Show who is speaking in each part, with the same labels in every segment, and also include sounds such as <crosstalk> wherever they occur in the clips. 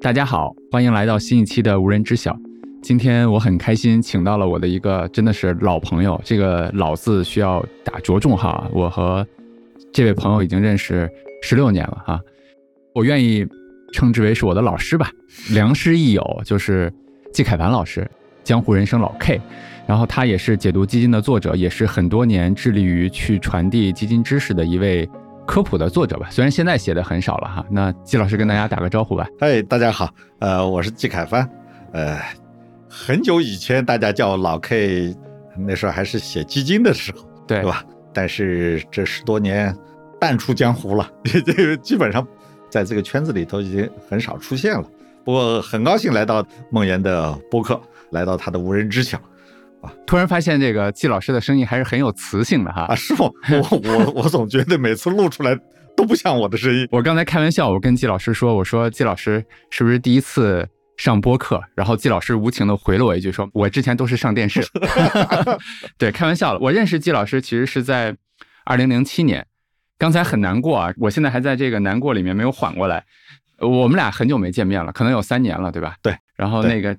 Speaker 1: 大家好，欢迎来到新一期的无人知晓。今天我很开心，请到了我的一个真的是老朋友，这个“老”字需要打着重哈。我和这位朋友已经认识十六年了哈、啊我愿意称之为是我的老师吧，良师益友，就是季凯凡老师，江湖人生老 K。然后他也是解读基金的作者，也是很多年致力于去传递基金知识的一位科普的作者吧。虽然现在写的很少了哈，那季老师跟大家打个招呼吧。
Speaker 2: 嗨，哎大家好，呃，我是季凯帆，呃，很久以前大家叫老 K，那时候还是写基金的时候，
Speaker 1: 对
Speaker 2: 对吧？但是这十多年淡出江湖了， <laughs> 这个基本上在这个圈子里头已经很少出现了。不过很高兴来到梦妍的播客，来到他的无人知晓
Speaker 1: 突然发现这个季老师的声音还是很有磁性的哈。
Speaker 2: 啊！是吗？
Speaker 1: <laughs>
Speaker 2: 我我我总觉得每次录出来都不像我的声音。
Speaker 1: 我刚才开玩笑，我跟季老师说，我说季老师是不是第一次上播客？然后季老师无情的回了我一句说，我之前都是上电视。 <laughs> 对，开玩笑了。我认识季老师其实是在二零零七年，刚才很难过啊，我现在还在这个难过里面没有缓过来。呃我们俩很久没见面了，可能有三年了，对吧？
Speaker 2: 对。
Speaker 1: 然后
Speaker 2: 对
Speaker 1: 那个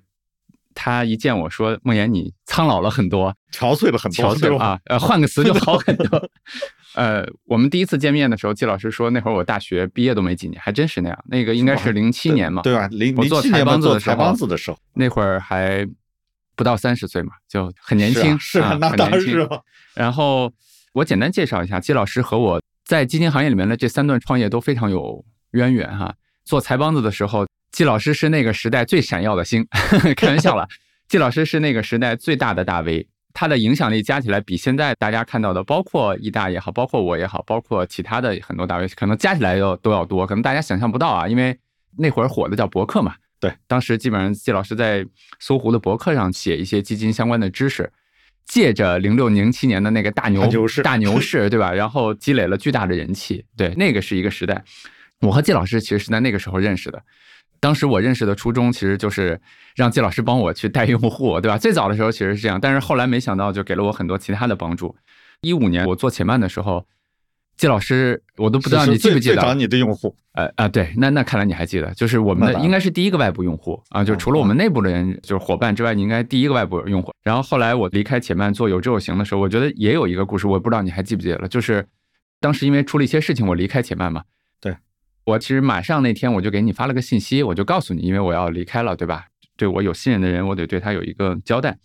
Speaker 1: 他一见我说：“梦妍，你苍老了很多。”
Speaker 2: 憔悴了很多，
Speaker 1: 憔悴
Speaker 2: 对
Speaker 1: 了
Speaker 2: 吧？
Speaker 1: 啊，
Speaker 2: <laughs>
Speaker 1: 呃，换个词就好很多。 <laughs> 呃，我们第一次见面的时候，季老师说那会儿我大学毕业都没几年，还真是那样。那个应该是零七年嘛，
Speaker 2: 对吧？零
Speaker 1: 我
Speaker 2: 零
Speaker 1: 做
Speaker 2: 七
Speaker 1: 财
Speaker 2: 年吧，
Speaker 1: 帮子
Speaker 2: 做
Speaker 1: 的时
Speaker 2: 财
Speaker 1: 候，
Speaker 2: 帮子的时候，
Speaker 1: 那会儿还不到三十岁嘛，就很年轻，
Speaker 2: 是啊，是啊
Speaker 1: 啊
Speaker 2: <laughs> 那
Speaker 1: 很
Speaker 2: 当
Speaker 1: 年
Speaker 2: 然
Speaker 1: 轻
Speaker 2: 是了。
Speaker 1: 然后我简单介绍一下，季老师和我在基金行业里面的这三段创业都非常有渊源哈。做财帮子的时候，季老师是那个时代最闪耀的星， <laughs> 开玩笑了。季老师是那个时代最大的大 V，他的影响力加起来比现在大家看到的，包括易大也好，包括我也好，包括其他的很多大 V，可能加起来要都要多，可能大家想象不到啊，因为那会儿火的叫博客嘛。
Speaker 2: 对，
Speaker 1: 当时基本上季老师在搜狐的博客上写一些基金相关的知识，借着零六零七年的那个大牛
Speaker 2: 大牛
Speaker 1: <laughs>
Speaker 2: 市
Speaker 1: 大牛市，对吧？然后积累了巨大的人气，对，那个是一个时代。我和季老师其实是在那个时候认识的。当时我认识的初衷其实就是让季老师帮我去带用户，对吧？ <laughs> 最早的时候其实是这样，但是后来没想到就给了我很多其他的帮助。一五年我做且慢的时候，季老师我都不知道
Speaker 2: 是
Speaker 1: 你
Speaker 2: 是
Speaker 1: 记不
Speaker 2: 最
Speaker 1: 记得啊
Speaker 2: 最早你的用户，
Speaker 1: 呃啊，对，那那看来你还记得，就是我们
Speaker 2: 那
Speaker 1: 的
Speaker 2: 当然
Speaker 1: 应该是第一个外部用户啊，就除了我们内部的人，就是伙伴之外，你应该第一个外部用户。然后后来我离开且慢做有志有行的时候，我觉得也有一个故事，我不知道你还记不记得了，就是当时因为出了一些事情，我离开且慢嘛。
Speaker 2: 对，
Speaker 1: 我其实马上那天我就给你发了个信息，我就告诉你，因为我要离开了，对吧？对我有信任的人，我得对他有一个交代。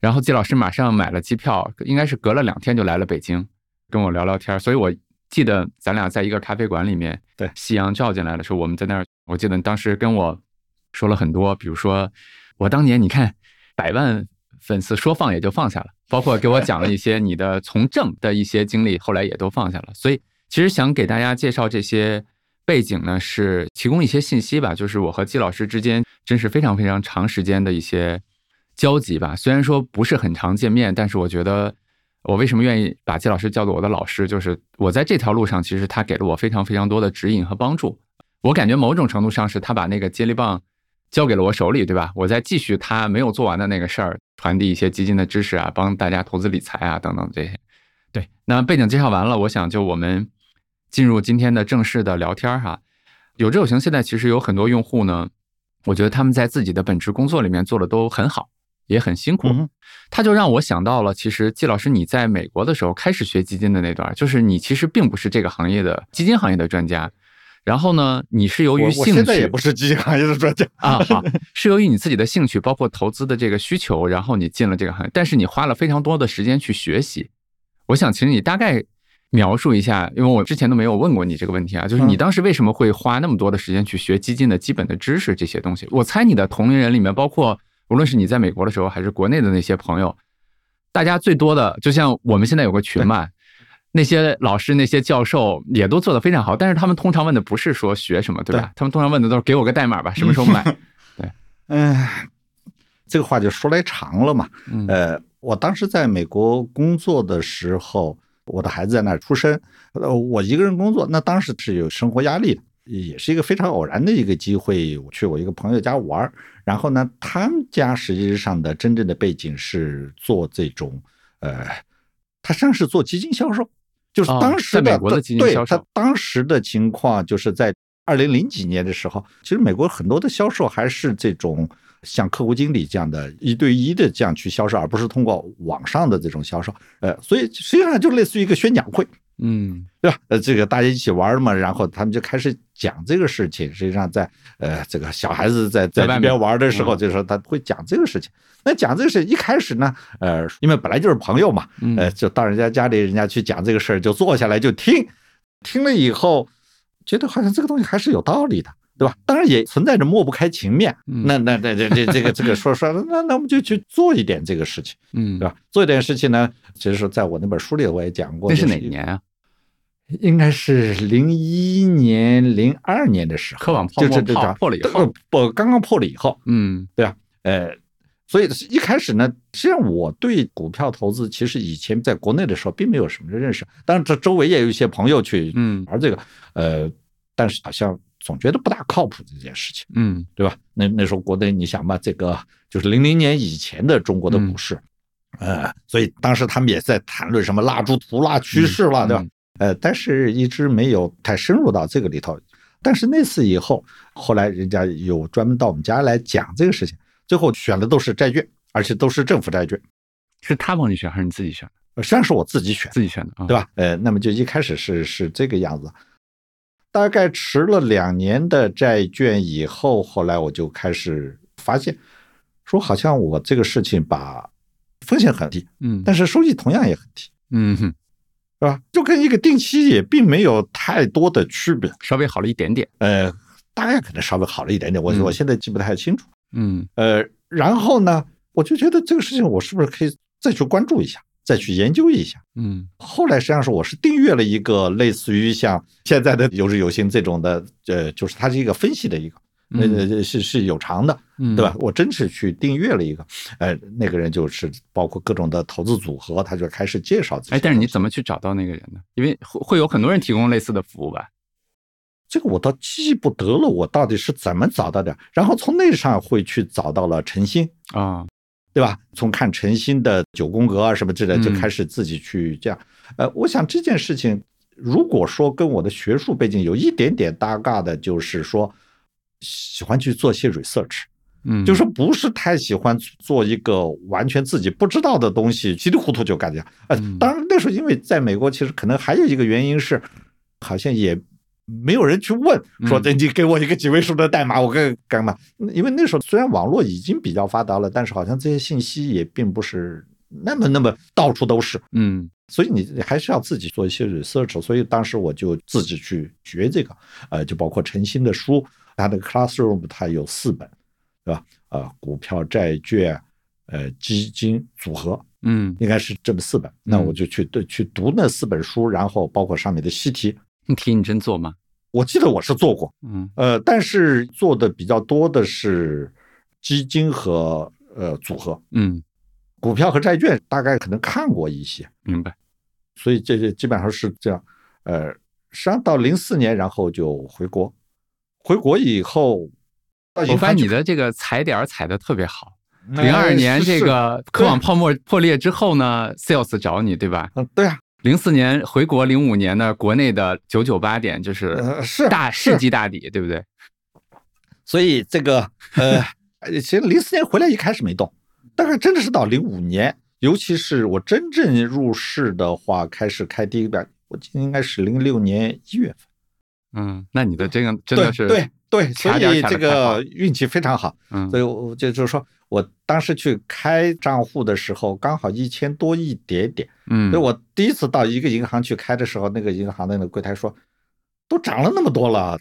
Speaker 1: 然后季老师马上买了机票，应该是隔了两天就来了北京，跟我聊聊天儿。所以我记得咱俩在一个咖啡馆里面，
Speaker 2: 对
Speaker 1: 夕阳照进来的时候，我们在那儿，我记得你当时跟我说了很多，比如说我当年你看百万粉丝说放也就放下了，包括给我讲了一些你的从政的一些经历，后来也都放下了。所以其实想给大家介绍这些背景呢，是提供一些信息吧，就是我和季老师之间真是非常非常长时间的一些交集吧。虽然说不是很常见面，但是我觉得我为什么愿意把季老师叫做我的老师，就是我在这条路上，其实他给了我非常非常多的指引和帮助。我感觉某种程度上是他把那个接力棒交给了我手里，对吧？我再继续他没有做完的那个事儿，传递一些基金的知识啊，帮大家投资理财啊等等这些。对，那背景介绍完了，我想就我们进入今天的正式的聊天儿哈。有志有行现在其实有很多用户呢，我觉得他们在自己的本职工作里面做的都很好，也很辛苦。
Speaker 2: 嗯，
Speaker 1: 他就让我想到了，其实季老师你在美国的时候开始学基金的那段儿，就是你其实并不是这个行业的基金行业的专家，然后呢，你是由
Speaker 2: 我
Speaker 1: 于
Speaker 2: 我
Speaker 1: 兴趣
Speaker 2: 现在也不是基金行业
Speaker 1: <laughs>
Speaker 2: 的专家，
Speaker 1: 啊，好，是由于你自己的兴趣，包括投资的这个需求，然后你进了这个行业，但是你花了非常多的时间去学习。我想，其实你大概描述一下，因为我之前都没有问过你这个问题啊，就是你
Speaker 2: 嗯
Speaker 1: 当时为什么会花那么多的时间去学基金的基本的知识这些东西？我猜你的同龄人里面，包括无论是你在美国的时候，还是国内的那些朋友，大家最多的，就像我们现在有个群嘛。那些老师、那些教授也都做得非常好，但是他们通常问的不是说学什么，对吧？
Speaker 2: 对
Speaker 1: 他们通常问的都是给我个代码吧，什么时候买？
Speaker 2: 嗯， <laughs> 这个话就说来长了嘛。
Speaker 1: 嗯
Speaker 2: 呃，我当时在美国工作的时候，我的孩子在那儿出生，呃，我一个人工作，那当时是有生活压力的，也是一个非常偶然的一个机会，我去我一个朋友家玩儿，然后呢，他们家实际上的真正的背景是做这种，呃，他实际上是做基金销售，就是
Speaker 1: 哦
Speaker 2: 当时
Speaker 1: 在
Speaker 2: 的、
Speaker 1: 美国的基金
Speaker 2: 对
Speaker 1: 销售
Speaker 2: 他当时的情况就是在二零零几年的时候，其实美国很多的销售还是这种像客户经理这样的一对一的这样去销售，而不是通过网上的这种销售。呃，所以实际上就类似于一个宣讲会，
Speaker 1: 嗯
Speaker 2: 对吧？呃，这个大家一起玩嘛，然后他们就开始讲这个事情。实际上在，呃这个小孩子在
Speaker 1: 在
Speaker 2: 在
Speaker 1: 外
Speaker 2: 那
Speaker 1: 面嗯
Speaker 2: 边玩的时候，就是说他会讲这个事情。那讲这个事情一开始呢，呃，因为本来就是朋友嘛， <laughs>
Speaker 1: 嗯
Speaker 2: 呃，就到人家家里，人家去讲这个事儿，就坐下来就听，听了以后，觉得好像这个东西还是有道理的，对吧？当然也存在着抹不开情面。
Speaker 1: 嗯
Speaker 2: 那那那这这这个这个说说，那那我们就去做一点这个事情，
Speaker 1: 嗯
Speaker 2: 对，吧？做一点事情呢，其实说在我那本书里我也讲过，
Speaker 1: 那是
Speaker 2: 就
Speaker 1: 哪年啊？
Speaker 2: 应该是零一年、零二年的时候，
Speaker 1: 科网泡
Speaker 2: 就
Speaker 1: 沫
Speaker 2: 这这
Speaker 1: 泡
Speaker 2: 这
Speaker 1: 破了以后，
Speaker 2: 呃不刚刚破了以后，
Speaker 1: 嗯
Speaker 2: 呃，所以一开始呢，实际上我对股票投资其实以前在国内的时候并没有什么认识，当然这周围也有一些朋友去
Speaker 1: 嗯
Speaker 2: 玩这个，呃，但是好像总觉得不大靠谱这件事情，
Speaker 1: 嗯
Speaker 2: 对吧？那那时候国内你想吧，这个就是零零年以前的中国的
Speaker 1: 嗯
Speaker 2: 股市，呃，所以当时他们也在谈论什么蜡烛图啦、趋势啦，对吧？
Speaker 1: 嗯
Speaker 2: 呃，但是一直没有太深入到这个里头。但是那次以后，后来人家有专门到我们家来讲这个事情，最后选的都是债券，而且都是政府债券，
Speaker 1: 是他帮你选还是你自己选？
Speaker 2: 呃实际上是我自己选的，
Speaker 1: 自己选的啊，
Speaker 2: 对吧？呃，那么就一开始是是这个样子，大概持了两年的债券以后，后来我就开始发现，说好像我这个事情把风险很低，
Speaker 1: 嗯
Speaker 2: 但是收益同样也很低，
Speaker 1: 嗯哼，
Speaker 2: 是吧？就跟一个定期也并没有太多的区别。
Speaker 1: 稍微好了一点点，
Speaker 2: 呃，大概可能稍微好了一点点，我
Speaker 1: 嗯
Speaker 2: 我现在记不太清楚。
Speaker 1: 嗯
Speaker 2: 呃，然后呢，我就觉得这个事情我是不是可以再去关注一下，再去研究一下。
Speaker 1: 嗯
Speaker 2: 后来实际上是我是订阅了一个类似于像现在的有日有行这种的，呃，就是它是一个分析的一个，
Speaker 1: 嗯
Speaker 2: 呃，是是有偿的，
Speaker 1: 嗯，
Speaker 2: 对吧？？我真是去订阅了一个，呃，那个人就是包括各种的投资组合，他就开始介绍自己。
Speaker 1: 哎，但是你怎么去找到那个人呢？因为会会有很多人提供类似的服务吧？
Speaker 2: 这个我倒记不得了，我到底是怎么找到的？然后从那上会去找到了陈星，
Speaker 1: 啊，
Speaker 2: 对吧？从看陈星的九宫格啊什么之类
Speaker 1: 嗯
Speaker 2: 的，就开始自己去这样。呃，我想这件事情，如果说跟我的学术背景有一点点搭嘎的，就是说喜欢去做些 research，
Speaker 1: 嗯，
Speaker 2: 就是不是太喜欢做一个完全自己不知道的东西，稀里糊涂就干掉。呃
Speaker 1: 嗯，
Speaker 2: 当然那时候因为在美国，其实可能还有一个原因是，好像也没有人去问说，
Speaker 1: 嗯
Speaker 2: 这你给我一个几位数的代码，我干干嘛？因为那时候虽然网络已经比较发达了，但是好像这些信息也并不是那么那么到处都是。
Speaker 1: 嗯
Speaker 2: 所以你你还是要自己做一些 research。所以当时我就自己去学这个，呃，就包括陈新的书，他的 Classroom 它有四本，对吧？呃，股票、债券、呃，基金组合，
Speaker 1: 嗯，
Speaker 2: 应该是这么四本。那我就去对去读那四本书，然后包括上面的习题，
Speaker 1: 你提你真做吗？
Speaker 2: 我记得我是做过，
Speaker 1: 嗯
Speaker 2: 呃，但是做的比较多的是基金和呃组合，
Speaker 1: 嗯，
Speaker 2: 股票和债券大概可能看过一些。
Speaker 1: 明白。
Speaker 2: 所以这这基本上是这样。呃，实际上到零四年，然后就回国，回国以后，到
Speaker 1: 我
Speaker 2: 银
Speaker 1: 发现
Speaker 2: 行
Speaker 1: 你
Speaker 2: 去
Speaker 1: 的这个踩点儿踩的特别好。
Speaker 2: 哎
Speaker 1: 零二年
Speaker 2: 是
Speaker 1: 这
Speaker 2: 是
Speaker 1: 个科网泡沫破裂之后呢，sales 找你对吧？
Speaker 2: 嗯，对啊，
Speaker 1: 零四年回国，零五年呢，国内的九九八点就是
Speaker 2: 呃是
Speaker 1: 大
Speaker 2: 是
Speaker 1: 世纪大底，对不对？
Speaker 2: 所以这个呃，呃其实零四年回来一开始没动，大概真的是到零五年，尤其是我真正入市的话，开始开第一个，我记得应该是零六年一月份。
Speaker 1: 嗯，那你的这个真的是
Speaker 2: 对对对，所
Speaker 1: 卡点儿
Speaker 2: 以
Speaker 1: 卡得
Speaker 2: 这
Speaker 1: 太好
Speaker 2: 个运气非常好。
Speaker 1: 嗯
Speaker 2: 所以我就就是说我当时去开账户的时候，刚好一千多一点点。
Speaker 1: 嗯
Speaker 2: 所以我第一次到一个银行去开的时候，那个银行的那个柜台说，都涨了那么多了。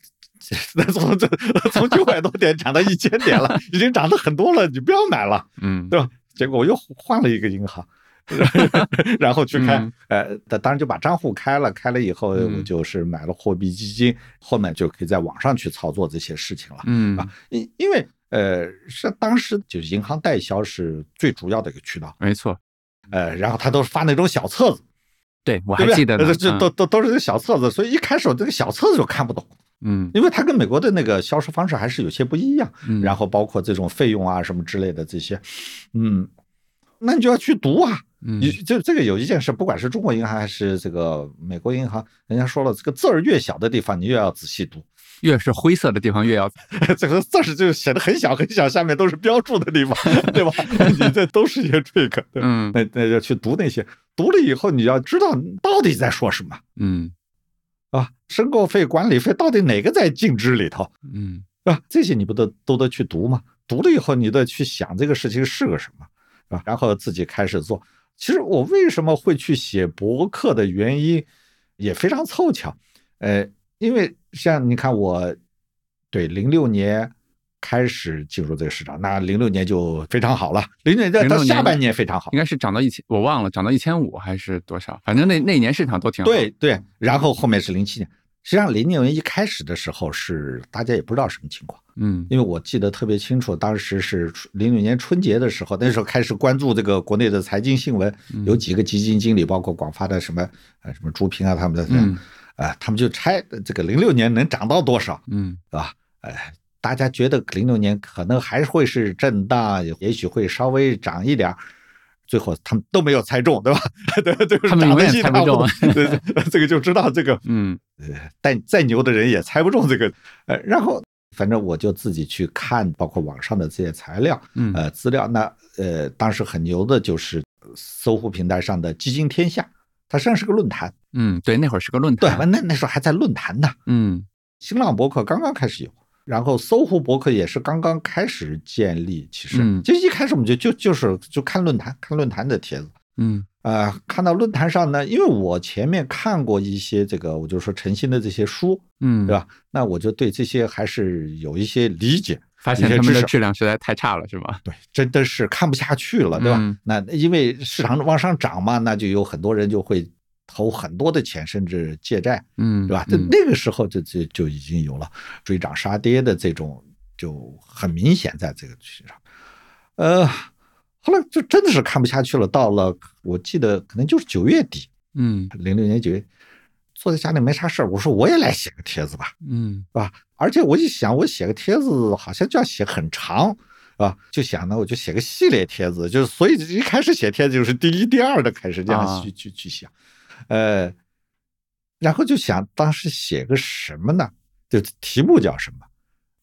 Speaker 2: 从这从九百多点涨到一千点了，已经涨得很多了，你不要买了。
Speaker 1: 嗯
Speaker 2: 对吧？结果我又换了一个银行， <laughs> 然后去开，
Speaker 1: 嗯
Speaker 2: 呃，当当然就把账户开了，开了以后
Speaker 1: 嗯
Speaker 2: 我就是买了货币基金，后面就可以在网上去操作这些事情了。
Speaker 1: 嗯
Speaker 2: 啊因因为呃，是当时就是银行代销是最主要的一个渠道，
Speaker 1: 没错，
Speaker 2: 呃，然后他都是发那种小册子，
Speaker 1: 对我
Speaker 2: 对
Speaker 1: 还
Speaker 2: 不对
Speaker 1: 记得呢
Speaker 2: 呃，这
Speaker 1: 嗯
Speaker 2: 都都都是这小册子，所以一开始我这个小册子就看不懂，
Speaker 1: 嗯，
Speaker 2: 因为它跟美国的那个销售方式还是有些不一样。
Speaker 1: 嗯
Speaker 2: 然后包括这种费用啊什么之类的这些，嗯，那你就要去读啊，
Speaker 1: 嗯
Speaker 2: 你就这个有一件事，不管是中国银行还是这个美国银行，人家说了，这个字儿越小的地方，你越要仔细读。
Speaker 1: 越是灰色的地方越要，
Speaker 2: 这个字儿就显得很小很小，下面都是标注的地方，对吧？ <laughs> 你这都是一些 trick，对吧
Speaker 1: 嗯
Speaker 2: 那那就去读那些，读了以后你要知道到底在说什么
Speaker 1: 嗯
Speaker 2: 啊，申购费、管理费到底哪个在净值里头
Speaker 1: 嗯
Speaker 2: 啊？这些你不得都得去读吗？读了以后你得去想这个事情是个什么啊，然后自己开始做。其实我为什么会去写博客的原因也非常凑巧，呃，因为像你看我对零六年。开始进入这个市场，那零六年就非常好了。零六年到
Speaker 1: 06年
Speaker 2: 下半年非常好，
Speaker 1: 应该是涨到一千，我忘了涨到一千五还是多少，反正那那年市场都挺好。
Speaker 2: 对对，然后后面是零七年。实际上，零六年一开始的时候是大家也不知道什么情况，
Speaker 1: 嗯
Speaker 2: 因为我记得特别清楚，当时是零六年春节的时候，那时候开始关注这个国内的财经新闻，
Speaker 1: 嗯
Speaker 2: 有几个基金经理，包括广发的什么呃什么朱平啊他们的，
Speaker 1: 嗯
Speaker 2: 啊，他们就猜这个零六年能涨到多少，
Speaker 1: 嗯
Speaker 2: 是吧？哎，大家觉得零六年可能还会是震荡，也许会稍微涨一点儿，最后他们都没有猜中，对吧？ <laughs> 对对，就是
Speaker 1: 他们
Speaker 2: 涨得
Speaker 1: 永远
Speaker 2: 一
Speaker 1: 猜
Speaker 2: 塌
Speaker 1: 不
Speaker 2: 糊涂对，对这个就知道这个，
Speaker 1: 嗯
Speaker 2: 但再牛的人也猜不中这个。呃，然后反正我就自己去看，包括网上的这些材料，
Speaker 1: 嗯
Speaker 2: 呃，资料。那呃，当时很牛的就是搜狐平台上的基金天下，它实际上是个论坛，
Speaker 1: 嗯，对，那会儿是个论
Speaker 2: 对
Speaker 1: 坛。，
Speaker 2: 那那时候还在论坛呢。
Speaker 1: 嗯
Speaker 2: 新浪博客刚刚开始有，然后搜狐博客也是刚刚开始建立。其实，
Speaker 1: 嗯
Speaker 2: 就一开始我们就就就是就看论坛，看论坛的帖子。
Speaker 1: 嗯
Speaker 2: 呃，看到论坛上呢，因为我前面看过一些这个，我就说诚心的这些书，
Speaker 1: 嗯，
Speaker 2: 对吧？那我就对这些还是有一些理解。
Speaker 1: 发现
Speaker 2: 一些
Speaker 1: 他们
Speaker 2: 知
Speaker 1: 的
Speaker 2: 识
Speaker 1: 质量实在太差了，是吧？
Speaker 2: 对，真的是看不下去了，对吧？
Speaker 1: 嗯
Speaker 2: 那因为市场往上涨嘛，那就有很多人就会投很多的钱，甚至借债，
Speaker 1: 嗯，
Speaker 2: 对吧？这
Speaker 1: 嗯
Speaker 2: 那个时候就就就已经有了追涨杀跌的这种，就很明显在这个市场。呃，后来就真的是看不下去了。到了我记得可能就是九月底，
Speaker 1: 嗯
Speaker 2: 零六年九月，坐在家里没啥事儿，我说我也来写个帖子吧。
Speaker 1: 嗯
Speaker 2: 是吧？而且我一想，我写个帖子好像就要写很长，啊，就想呢，我就写个系列帖子，就是所以一开始写帖子就是第一、第二的开始这样
Speaker 1: 啊
Speaker 2: 去、去去想，呃，然后就想当时写个什么呢？就题目叫什么？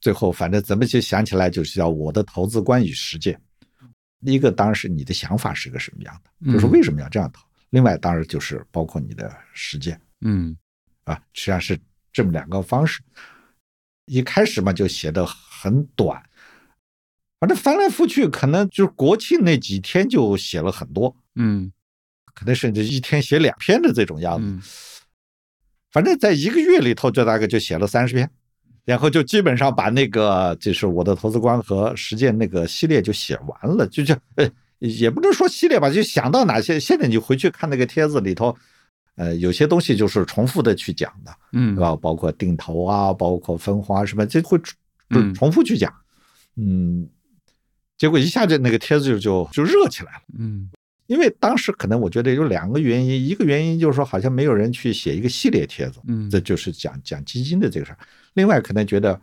Speaker 2: 最后反正咱们就想起来就是叫我的投资观与实践。第一个当然是你的想法是个什么样的，就是
Speaker 1: 嗯
Speaker 2: 为什么要这样投；另外当然就是包括你的实践。
Speaker 1: 嗯
Speaker 2: 啊，实际上是这么两个方式。一开始嘛，就写的很短，反正翻来覆去，可能就是国庆那几天就写了很多，
Speaker 1: 嗯
Speaker 2: 可能甚至一天写两篇的这种样子。
Speaker 1: 嗯
Speaker 2: 反正在一个月里头，就大概就写了三十篇，然后就基本上把那个就是我的投资观和实践那个系列就写完了，就这呃也不能说系列吧，就想到哪些。现在你回去看那个帖子里头，呃，有些东西就是重复的去讲的。
Speaker 1: 嗯，
Speaker 2: 对吧？包括定投啊，包括分花什么，这会重就
Speaker 1: 嗯
Speaker 2: 重复去讲。嗯结果一下就那个帖子就就就热起来了。
Speaker 1: 嗯
Speaker 2: 因为当时可能我觉得有两个原因，一个原因就是说好像没有人去写一个系列帖子，
Speaker 1: 嗯，
Speaker 2: 这就是讲讲基金的这个事儿。另外可能觉得，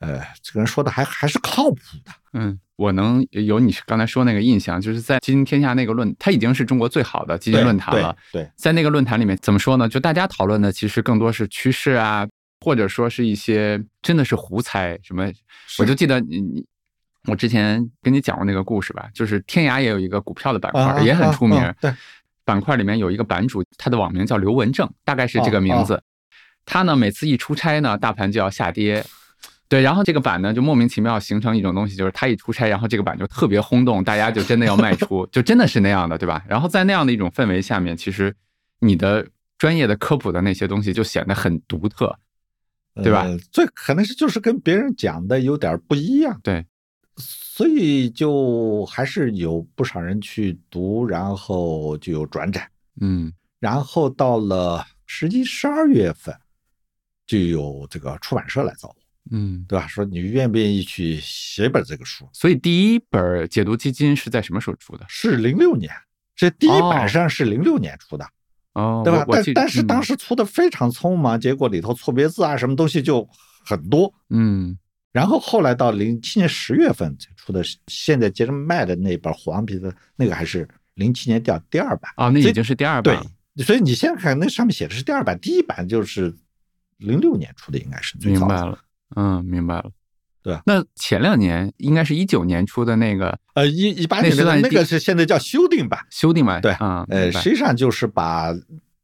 Speaker 2: 呃，这个人说的还还是靠谱的。
Speaker 1: 嗯，我能有你刚才说那个印象，就是在基金天下那个论，它已经是中国最好的基金论坛了。
Speaker 2: 对，对
Speaker 1: 在那个论坛里面，怎么说呢？就大家讨论的其实更多是趋势啊，或者说是一些真的是胡猜什么。
Speaker 2: 是
Speaker 1: 我就记得你，你我之前跟你讲过那个故事吧，就是天涯也有一个股票的板块，
Speaker 2: 啊
Speaker 1: 也很
Speaker 2: 啊
Speaker 1: 出名。
Speaker 2: 啊对，
Speaker 1: <laughs> 板块里面有一个版主，他的网名叫刘文正，大概是这
Speaker 2: 哦
Speaker 1: 个名字。他呢，每次一出差呢，大盘就要下跌。对，然后这个板呢，就莫名其妙形成一种东西，就是他一出差，然后这个板就特别轰动，大家就真的要卖出， <laughs> 就真的是那样的，对吧？然后在那样的一种氛围下面，其实你的专业的科普的那些东西就显得很独特。对吧
Speaker 2: 呃这可能是就是跟别人讲的有点不一样。
Speaker 1: 对，
Speaker 2: 所以就还是有不少人去读，然后就有转展，
Speaker 1: 嗯
Speaker 2: 然后到了十一、十二月份，就有这个出版社来找我，
Speaker 1: 嗯。
Speaker 2: 对吧？说你愿不愿意去写一本这个书？
Speaker 1: 所以第一本解读基金是在什么时候出的？
Speaker 2: 是零六年，这第一版
Speaker 1: 哦
Speaker 2: 实际上是零六年出的，
Speaker 1: 哦，
Speaker 2: 对吧？
Speaker 1: 我我
Speaker 2: 但
Speaker 1: 记
Speaker 2: 但是当
Speaker 1: 嗯
Speaker 2: 时出的非常匆忙，结果里头错别字啊，什么东西就很多。
Speaker 1: 嗯
Speaker 2: 然后后来到零七年十月份出的，现在接着卖的那本黄皮的那个还是零七年掉第二版，
Speaker 1: 啊，那已经是第二版
Speaker 2: 对
Speaker 1: 了，，
Speaker 2: 所以你现在看那上面写的是第二版，第一版就是零六年出的，应该是最
Speaker 1: 明
Speaker 2: 早
Speaker 1: 白
Speaker 2: 的。
Speaker 1: 了，嗯，明白了。
Speaker 2: 对啊
Speaker 1: 那前两年应该是一九年出的那个
Speaker 2: 呃，一一八
Speaker 1: 那
Speaker 2: 年
Speaker 1: 是
Speaker 2: 的
Speaker 1: 算
Speaker 2: 那
Speaker 1: 第
Speaker 2: 个是现在叫修订版，
Speaker 1: 修订版，
Speaker 2: 对
Speaker 1: 啊，
Speaker 2: 呃，
Speaker 1: 明白
Speaker 2: 实际上就是把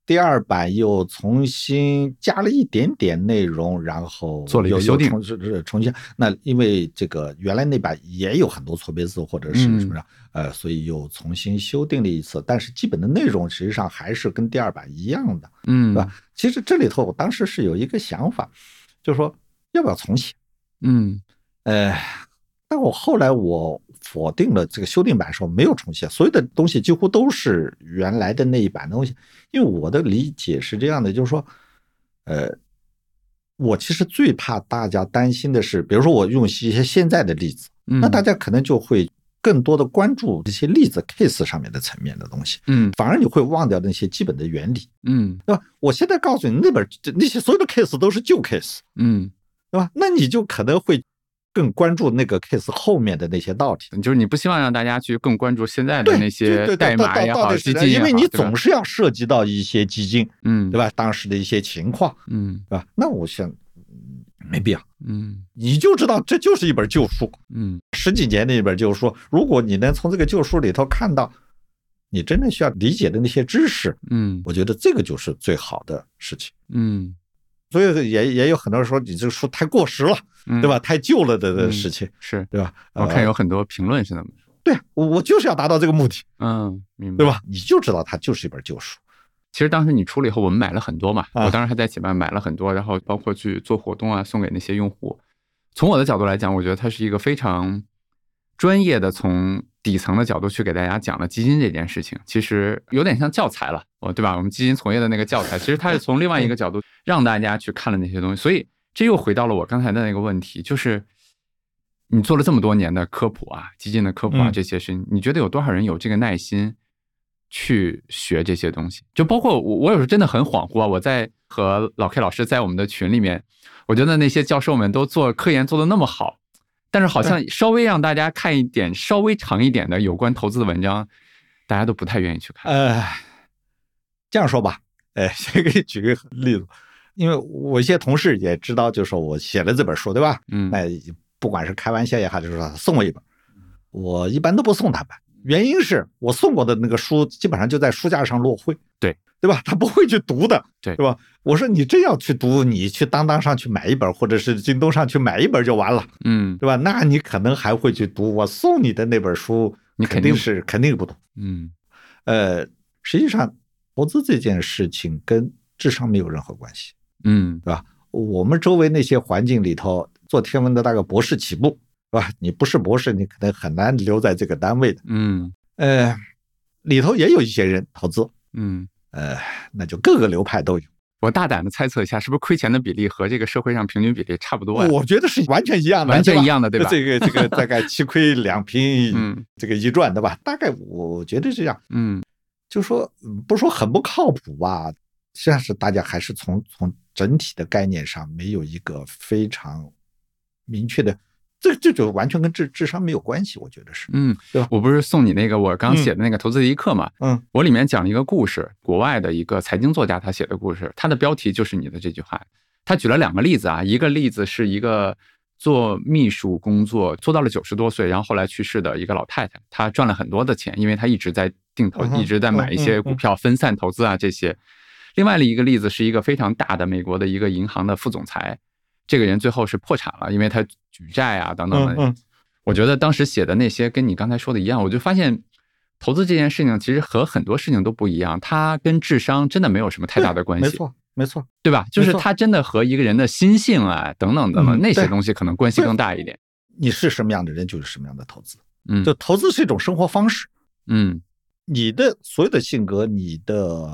Speaker 2: 第二版又重新加了一点点内容，然后
Speaker 1: 做了一个
Speaker 2: 又
Speaker 1: 修订
Speaker 2: 又重是是重新。那因为这个原来那版也有很多错别字或者是
Speaker 1: 嗯
Speaker 2: 什么的，呃，所以又重新修订了一次，但是基本的内容实际上还是跟第二版一样的。
Speaker 1: 嗯
Speaker 2: 对吧其实这里头我当时是有一个想法，就是说要不要重写？
Speaker 1: 嗯
Speaker 2: 呃，但我后来我否定了这个修订版的时候没有重写，所有的东西几乎都是原来的那一版东西。因为我的理解是这样的，就是说，呃，我其实最怕大家担心的是，比如说我用一些现在的例子，
Speaker 1: 嗯，
Speaker 2: 那大家可能就会更多的关注这些例子 case 上面的层面的东西，
Speaker 1: 嗯
Speaker 2: 反而你会忘掉那些基本的原理，
Speaker 1: 嗯
Speaker 2: 对吧？我现在告诉你，那本那些所有的 case 都是旧 case。
Speaker 1: 嗯，
Speaker 2: 对吧？那你就可能会更关注那个 case 后面的那些道理。
Speaker 1: 就是你不希望让大家去更关注现在的
Speaker 2: 对
Speaker 1: 那
Speaker 2: 对
Speaker 1: 些
Speaker 2: 对
Speaker 1: 代
Speaker 2: 对，到
Speaker 1: 码也
Speaker 2: 到
Speaker 1: 好，
Speaker 2: 底
Speaker 1: 基
Speaker 2: 是
Speaker 1: 金也
Speaker 2: 因
Speaker 1: 好，
Speaker 2: 为你
Speaker 1: 对吧
Speaker 2: 总是要涉及到一些基金，
Speaker 1: 嗯
Speaker 2: 对吧？当时的一些情况，
Speaker 1: 嗯
Speaker 2: 对吧？那我想嗯没必要，
Speaker 1: 嗯
Speaker 2: 你就知道这就是一本旧书，
Speaker 1: 嗯
Speaker 2: 十几年的一本旧书。如果你能从这个旧书里头看到你真正需要理解的那些知识，
Speaker 1: 嗯
Speaker 2: 我觉得这个就是最好的事情。
Speaker 1: 嗯，
Speaker 2: 所以也也有很多人说你这个书太过时了，
Speaker 1: 嗯
Speaker 2: 对吧？？呃太旧了的的
Speaker 1: 嗯
Speaker 2: 事情，
Speaker 1: 是
Speaker 2: 对吧？
Speaker 1: 我看有很多评论是那么说，
Speaker 2: 对我我就是要达到这个目的，
Speaker 1: 嗯，明白，
Speaker 2: 对？吧？你就知道它就是一本旧书。
Speaker 1: 其实当时你出了以后，我们买了很多嘛，
Speaker 2: 啊
Speaker 1: 我当时还在企办买了很多，然后包括去做活动啊，送给那些用户。从我的角度来讲，我觉得它是一个非常专业的，从底层的角度去给大家讲了基金这件事情，其实有点像教材了，哦，对吧？我们基金从业的那个教材，其实它是从另外一个角度让大家去看了那些东西，所以这又回到了我刚才的那个问题，就是你做了这么多年的科普啊，基金的科普啊
Speaker 2: 嗯
Speaker 1: 这些事情，你觉得有多少人有这个耐心去学这些东西？就包括我，我有时候真的很恍惚啊。我在和老 K 老师在我们的群里面，我觉得那些教授们都做科研做的那么好，但是好像稍微让大家看一点稍微长一点的有关投资的文章，大家都不太愿意去看。
Speaker 2: 呃，这样说吧，呃，先给你举个例子，因为我一些同事也知道，就是说我写了这本书，对吧？
Speaker 1: 嗯
Speaker 2: 那不管是开玩笑也好，就是说送我一本，我一般都不送他们，原因是我送过的那个书基本上就在书架上落灰，
Speaker 1: 对
Speaker 2: 对吧？他不会去读的，
Speaker 1: 对
Speaker 2: 对吧？我说你真要去读，你去当当上去买一本，或者是京东上去买一本就完了。
Speaker 1: 嗯
Speaker 2: 对吧？那你可能还会去读我送你的那本书，
Speaker 1: 你肯
Speaker 2: 肯
Speaker 1: 定
Speaker 2: 定是肯定不读。
Speaker 1: 嗯
Speaker 2: 呃，实际上投资这件事情跟智商没有任何关系。
Speaker 1: 嗯
Speaker 2: 我们周围那些环境里头，做天文的大概博士起步，是吧？你不是博士，你可能很难留在这个单位的。
Speaker 1: 嗯
Speaker 2: 呃，里头也有一些人投资，
Speaker 1: 嗯，
Speaker 2: 呃，那就各个流派都有。
Speaker 1: 我大胆的猜测一下，是不是亏钱的比例和这个社会上平均比例差不多呀？
Speaker 2: 我觉得是完全一样的，
Speaker 1: 完全
Speaker 2: 对吧
Speaker 1: 一样的，对吧？
Speaker 2: 这个这个大概七亏两平，
Speaker 1: 嗯
Speaker 2: 这个一赚，对吧？大概我觉得这样。
Speaker 1: 嗯
Speaker 2: 就说嗯不说很不靠谱吧，实际上是大家还是从从整体的概念上没有一个非常明确的，这这就完全跟智智商没有关系，我觉得是，
Speaker 1: 嗯
Speaker 2: 对吧，
Speaker 1: 我不是送你那个我刚
Speaker 2: 嗯
Speaker 1: 写的那个投资第一课嘛，
Speaker 2: 嗯
Speaker 1: 我里面讲了一个故事，国外的一个财经作家他写的故事，他的标题就是你的这句话。他举了两个例子啊，一个例子是一个做秘书工作做到了九十多岁，然后后来去世的一个老太太，她赚了很多的钱，因为她一直在定投
Speaker 2: 嗯，哼
Speaker 1: 一直在买一些
Speaker 2: 嗯嗯嗯
Speaker 1: 股票分散投资啊这些。另外的一个例子是一个非常大的美国的一个银行的副总裁，这个人最后是破产了，因为他举债啊等等的。
Speaker 2: 嗯嗯
Speaker 1: 我觉得当时写的那些跟你刚才说的一样，我就发现投资这件事情其实和很多事情都不一样，它跟智商真的没有什么太大的关
Speaker 2: 没
Speaker 1: 系，
Speaker 2: 错没错，
Speaker 1: 对吧？就是
Speaker 2: 没错
Speaker 1: 它真的和一个人的心性啊等等等等
Speaker 2: 嗯
Speaker 1: 那些
Speaker 2: 对
Speaker 1: 东西可能关系
Speaker 2: 对
Speaker 1: 更大一点。
Speaker 2: 你是什么样的人就是什么样的投资，
Speaker 1: 嗯
Speaker 2: 就投资是一种生活方式。
Speaker 1: 嗯
Speaker 2: 你的所有的性格，你的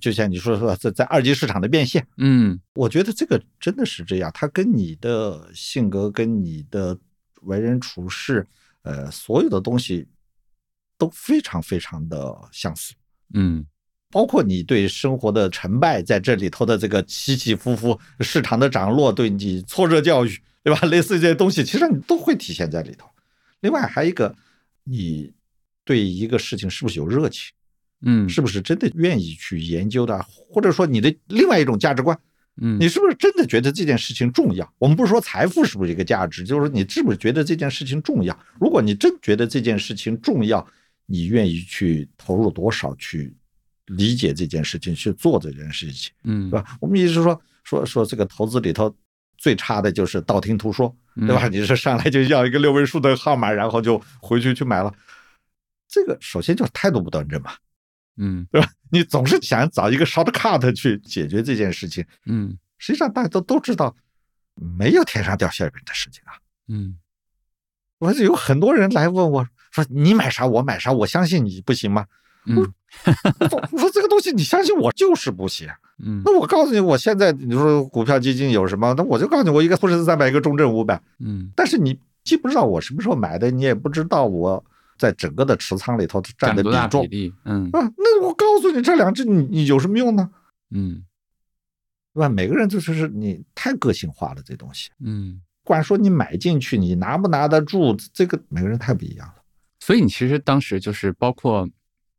Speaker 2: 就像你说说在在二级市场的变现，
Speaker 1: 嗯
Speaker 2: 我觉得这个真的是这样，它跟你的性格、跟你的为人处事，呃，所有的东西都非常非常的相似，
Speaker 1: 嗯
Speaker 2: 包括你对生活的成败，在这里头的这个起起伏伏、市场的涨落，对你挫折教育，对 <laughs> 吧？类似这些东西，其实你都会体现在里头。另外还有一个，你对一个事情是不是有热情，
Speaker 1: 嗯，
Speaker 2: 是不是真的愿意去研究它，或者说你的另外一种价值观，
Speaker 1: 嗯，
Speaker 2: 你是不是真的觉得这件事情重要？我们不是说财富是不是一个价值，就是你是不是觉得这件事情重要？如果你真觉得这件事情重要，你愿意去投入多少去理解这件事情，去做这件事情，
Speaker 1: 嗯
Speaker 2: 对吧？我们一直说说说这个投资里头最差的就是道听途说，对吧？你是上来就要一个六位数的号码，然后就回去去买了，这个首先就是态度不端正嘛。
Speaker 1: 嗯
Speaker 2: 你总是想找一个 shortcut 去解决这件事情，
Speaker 1: 嗯
Speaker 2: 实际上大家都都知道，没有天上掉馅饼的事情啊。
Speaker 1: 嗯
Speaker 2: 我是有很多人来问我说：“你买啥，我买啥，我相信你不行吗 <laughs>
Speaker 1: 嗯？”
Speaker 2: 我说我说这个东西你相信我就是不行。
Speaker 1: 嗯
Speaker 2: 那我告诉你，我现在你说股票基金有什么？那我就告诉你，我一个沪深三百，一个中证五百。
Speaker 1: 嗯
Speaker 2: 但是你既不知道我什么时候买的，你也不知道我在整个的持仓里头占
Speaker 1: 占
Speaker 2: 的
Speaker 1: 多大
Speaker 2: 比
Speaker 1: 比
Speaker 2: 重
Speaker 1: 例？嗯
Speaker 2: 啊。那我告诉你，这两只你你有什么用呢？
Speaker 1: 嗯
Speaker 2: 对吧？每个人就是是你太个性化了，这东西。
Speaker 1: 嗯，
Speaker 2: 管说你买进去，你拿不拿得住，这个每个人太不一样了。
Speaker 1: 所以你其实当时就是包括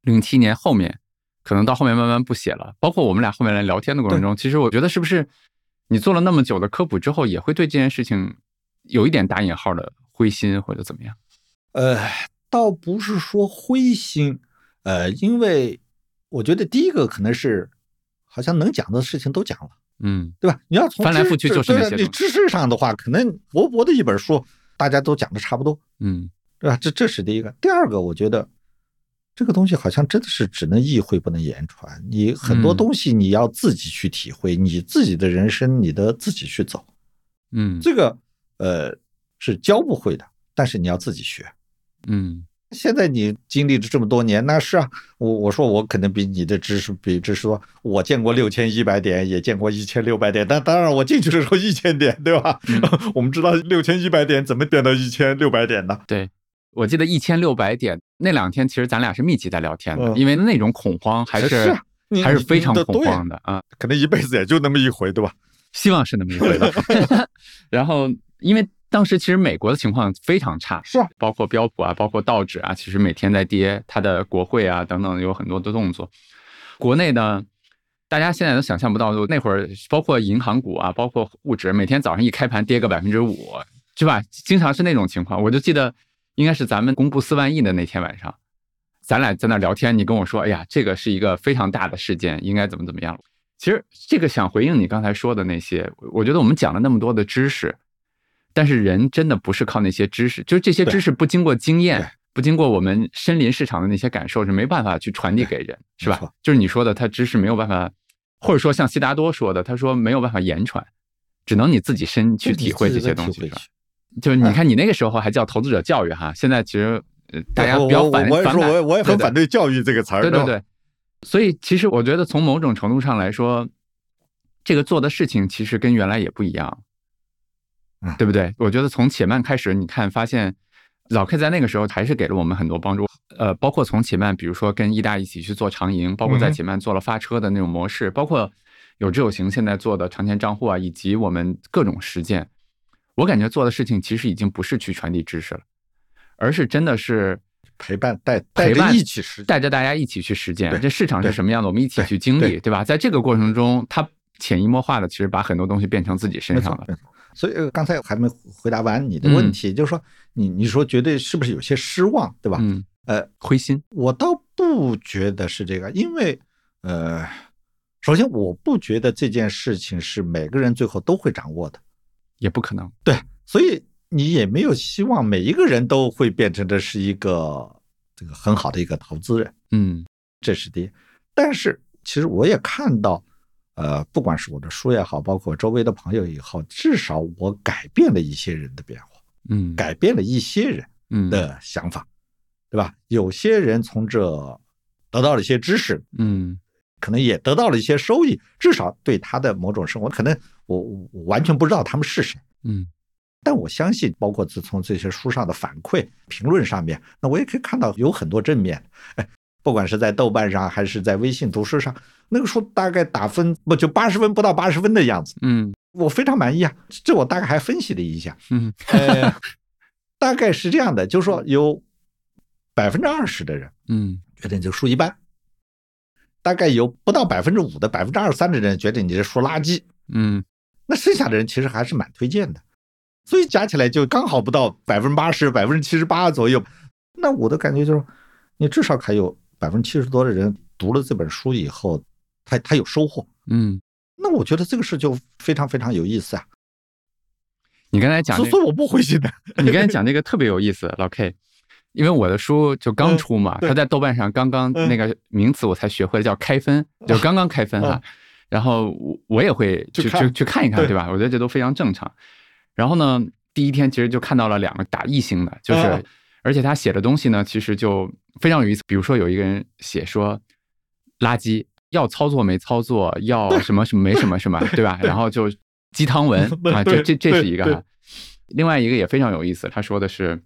Speaker 1: 零七年后面，可能到后面慢慢不写了，包括我们俩后面来聊天的过程中，其实我觉得是不是你做了那么久的科普之后，也会对这件事情有一点打引号的灰心或者怎么样？
Speaker 2: 呃，倒不是说灰心，呃，因为我觉得第一个可能是，好像能讲的事情都讲了，
Speaker 1: 嗯
Speaker 2: 对吧？你要从
Speaker 1: 翻来
Speaker 2: 知
Speaker 1: 覆去就是
Speaker 2: 对
Speaker 1: 那
Speaker 2: 啊
Speaker 1: 些
Speaker 2: 你
Speaker 1: 东
Speaker 2: 知识上的话，可能薄薄的一本书，大家都讲的差不多，
Speaker 1: 嗯
Speaker 2: 对吧？这这是第一个。第二个，我觉得这个东西好像真的是只能意会不能言传，你很多
Speaker 1: 嗯
Speaker 2: 东西你要自己去体会，你自己的人生，你的自己去走。
Speaker 1: 嗯
Speaker 2: 这个呃是教不会的，但是你要自己学。
Speaker 1: 嗯
Speaker 2: 现在你经历了这么多年，那是啊，我我说我可能比你的知识比知识多，我见过六千一百点，也见过一千六百点，但当然我进去的时候一千点，对吧？
Speaker 1: 嗯
Speaker 2: <laughs> 我们知道六千一百点怎么变到一千六百点的，
Speaker 1: 我记得一千六百点那两天，其实咱俩是密集在聊天的，
Speaker 2: 嗯
Speaker 1: 因为那种恐慌还是
Speaker 2: 是啊你
Speaker 1: 还是非常
Speaker 2: 你的
Speaker 1: 恐
Speaker 2: 对
Speaker 1: 慌的啊。
Speaker 2: 可能一辈子也就那么一回，对吧？
Speaker 1: 希望是那么一
Speaker 2: <laughs>
Speaker 1: 回吧。 <laughs> 然后，因为当时其实美国的情况非常差，
Speaker 2: 是啊
Speaker 1: 包括标普啊，包括道指啊，其实每天在跌，它的国会啊等等有很多的动作。国内呢，大家现在都想象不到，就那会儿包括银行股啊，包括沪指，每天早上一开盘跌个百分之五，是吧？经常是那种情况。我就记得应该是咱们公布四万亿的那天晚上，咱俩在那聊天，你跟我说，哎呀，这个是一个非常大的事件，应该怎么怎么样。其实这个想回应你刚才说的那些，我我觉得我们讲了那么多的知识，但是人真的不是靠那些知识，就是这些
Speaker 2: 对
Speaker 1: 知识不经过经
Speaker 2: 对
Speaker 1: 验，不经过我们身临市场的那些感受是没办法去传递给人，是
Speaker 2: 没
Speaker 1: 吧
Speaker 2: 错？
Speaker 1: 就是你说的，他知识没有办法，或者说像悉达多说的，他说没有办法言传，只能你自己身去体会这些东西，是吧？就是
Speaker 2: 嗯
Speaker 1: 你看你那个时候还叫投资者教育哈，现在其实呃大家比较反
Speaker 2: 我我也
Speaker 1: 反
Speaker 2: 说，
Speaker 1: 感
Speaker 2: 我也我也
Speaker 1: 对
Speaker 2: 很
Speaker 1: 对
Speaker 2: 反对教育这个词儿，
Speaker 1: 对对
Speaker 2: 吧
Speaker 1: 对，所以其实我觉得从某种程度上来说，这个做的事情其实跟原来也不一样
Speaker 2: 嗯，
Speaker 1: 对不对？我觉得从且慢开始，你看发现老 K 在那个时候还是给了我们很多帮助，呃，包括从且慢，比如说跟一大一起去做长营，包括在
Speaker 2: 嗯
Speaker 1: 且慢做了发车的那种模式，包括有志有行现在做的长钱账户啊，以及我们各种实践，我感觉做的事情其实已经不是去传递知识了，而是真的是。
Speaker 2: 陪伴带带
Speaker 1: 陪
Speaker 2: 着
Speaker 1: 伴
Speaker 2: 一起实践，
Speaker 1: 带着大家一起去实践
Speaker 2: 对，
Speaker 1: 这市场是
Speaker 2: 对
Speaker 1: 什么样的，我们一起去经历，对吧？在这个过程中，他潜移默化的其实把很多东西变成自己身上了。
Speaker 2: 所以呃刚才还没回答完你的问题，就是说你你说绝对是不是有些失望，对吧？
Speaker 1: 嗯，
Speaker 2: 呃，
Speaker 1: 灰心，
Speaker 2: 我倒不觉得是这个，因为呃，首先我不觉得这件事情是每个人最后都会掌握的，
Speaker 1: 也不可能。
Speaker 2: 所以你也没有希望每一个人都会变成的是一个这个很好的一个投资人，
Speaker 1: 嗯
Speaker 2: 这是第一。但是其实我也看到。呃，不管是我的书也好，包括周围的朋友以后，至少我改变了一些人的变化，
Speaker 1: 嗯，
Speaker 2: 改变了一些人。
Speaker 1: 嗯
Speaker 2: 的想法，对吧？有些人从这得到了一些知识，
Speaker 1: 嗯
Speaker 2: 可能也得到了一些收益，至少对他的某种生活，可能我我我完全不知道他们是谁，
Speaker 1: 嗯
Speaker 2: 但我相信，包括自从这些书上的反馈、评论上面，那我也可以看到有很多正面。哎，不管是在豆瓣上还是在微信读书上，那个书大概打分不就八十分不到八十分的样子，
Speaker 1: 嗯
Speaker 2: 我非常满意啊。这我大概还分析了一下，
Speaker 1: <laughs> 嗯
Speaker 2: 呃，大概是这样的，就是说有百分之二十的人
Speaker 1: 嗯
Speaker 2: 觉得你这书一般，大概有不到百分之五的百分之二三的人觉得你这书垃圾，
Speaker 1: 嗯
Speaker 2: 那剩下的人其实还是蛮推荐的，所以加起来就刚好不到百分之八十、百分之七十八左右。那我的感觉就是，你至少还有百分之七十多的人读了这本书以后，他他有收获。
Speaker 1: 嗯，
Speaker 2: 那我觉得这个事就非常非常有意思啊，
Speaker 1: 你刚才讲
Speaker 2: 所
Speaker 1: 那
Speaker 2: 以所以我不灰心的。
Speaker 1: 你刚才讲那个特别有意思，老 K，因为我的书就刚出嘛，
Speaker 2: 嗯对
Speaker 1: 它在豆瓣上刚刚
Speaker 2: 嗯
Speaker 1: 那个名词我才学会，叫开分，就刚刚开分哈。然后我我也会
Speaker 2: 去
Speaker 1: 去
Speaker 2: 看
Speaker 1: 去去看一看，
Speaker 2: 对
Speaker 1: 对吧？我觉得这都非常正常。然后呢，第一天其实就看到了两个打异性的，就是、
Speaker 2: 啊
Speaker 1: 而且他写的东西呢，其实就非常有意思。比如说有一个人写说垃圾要操作没操作，要什么什么没什么什么，对吧？然后就鸡汤文啊，
Speaker 2: <laughs> 对
Speaker 1: 这这这是
Speaker 2: 对
Speaker 1: 一个
Speaker 2: 对
Speaker 1: 哈。另外一个也非常有意思，他说的是，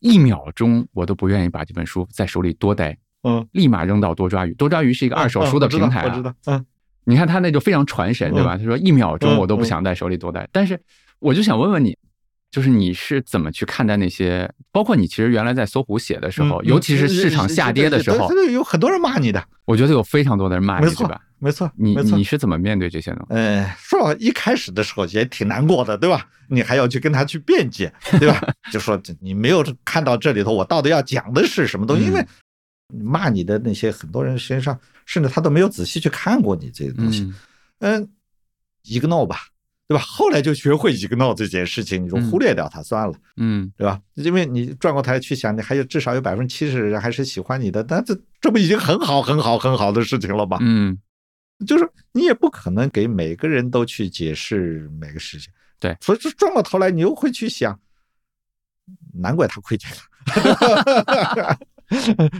Speaker 1: 一秒钟我都不愿意把这本书在手里多待，
Speaker 2: 嗯，
Speaker 1: 立马扔到多抓鱼。多抓鱼是一个二手书的平台、啊
Speaker 2: 哦我知道，我知道嗯，
Speaker 1: 你看他那就非常传神，对吧？他说一秒钟我都不
Speaker 2: 嗯嗯
Speaker 1: 想在手里多待，但是我就想问问你，就是你是怎么去看待那些，包括你其实原来在搜狐写的时候，
Speaker 2: 嗯呃
Speaker 1: 尤其是市场下跌的时候
Speaker 2: 对，对对有很多人骂你的，
Speaker 1: 我觉得有非常多的人骂你，
Speaker 2: 没错
Speaker 1: 对吧？
Speaker 2: 没错，
Speaker 1: 你
Speaker 2: 没错
Speaker 1: 你是怎么面对这些呢？
Speaker 2: 呃，说老一开始的时候也挺难过的，对吧？你还要去跟他去辩解，对吧？ <laughs> 就说你没有看到这里头，我到底要讲的是什么东西？
Speaker 1: 嗯
Speaker 2: 因为骂你的那些很多人，实际上甚至他都没有仔细去看过你这个东西。
Speaker 1: 嗯
Speaker 2: 嗯，ignore 吧，对吧？后来就学会 ignore 这件事情，你就
Speaker 1: 嗯
Speaker 2: 忽略掉它算了，
Speaker 1: 嗯
Speaker 2: 对吧？因为你转过头去想，你还有至少有百分之七十的人还是喜欢你的，那这这不已经很好、很好、很好的事情了吧？
Speaker 1: 嗯
Speaker 2: 就是你也不可能给每个人都去解释每个事情，
Speaker 1: 对
Speaker 2: 所以就转过头来，你又会去想，难怪他亏钱
Speaker 1: <laughs>
Speaker 2: 了，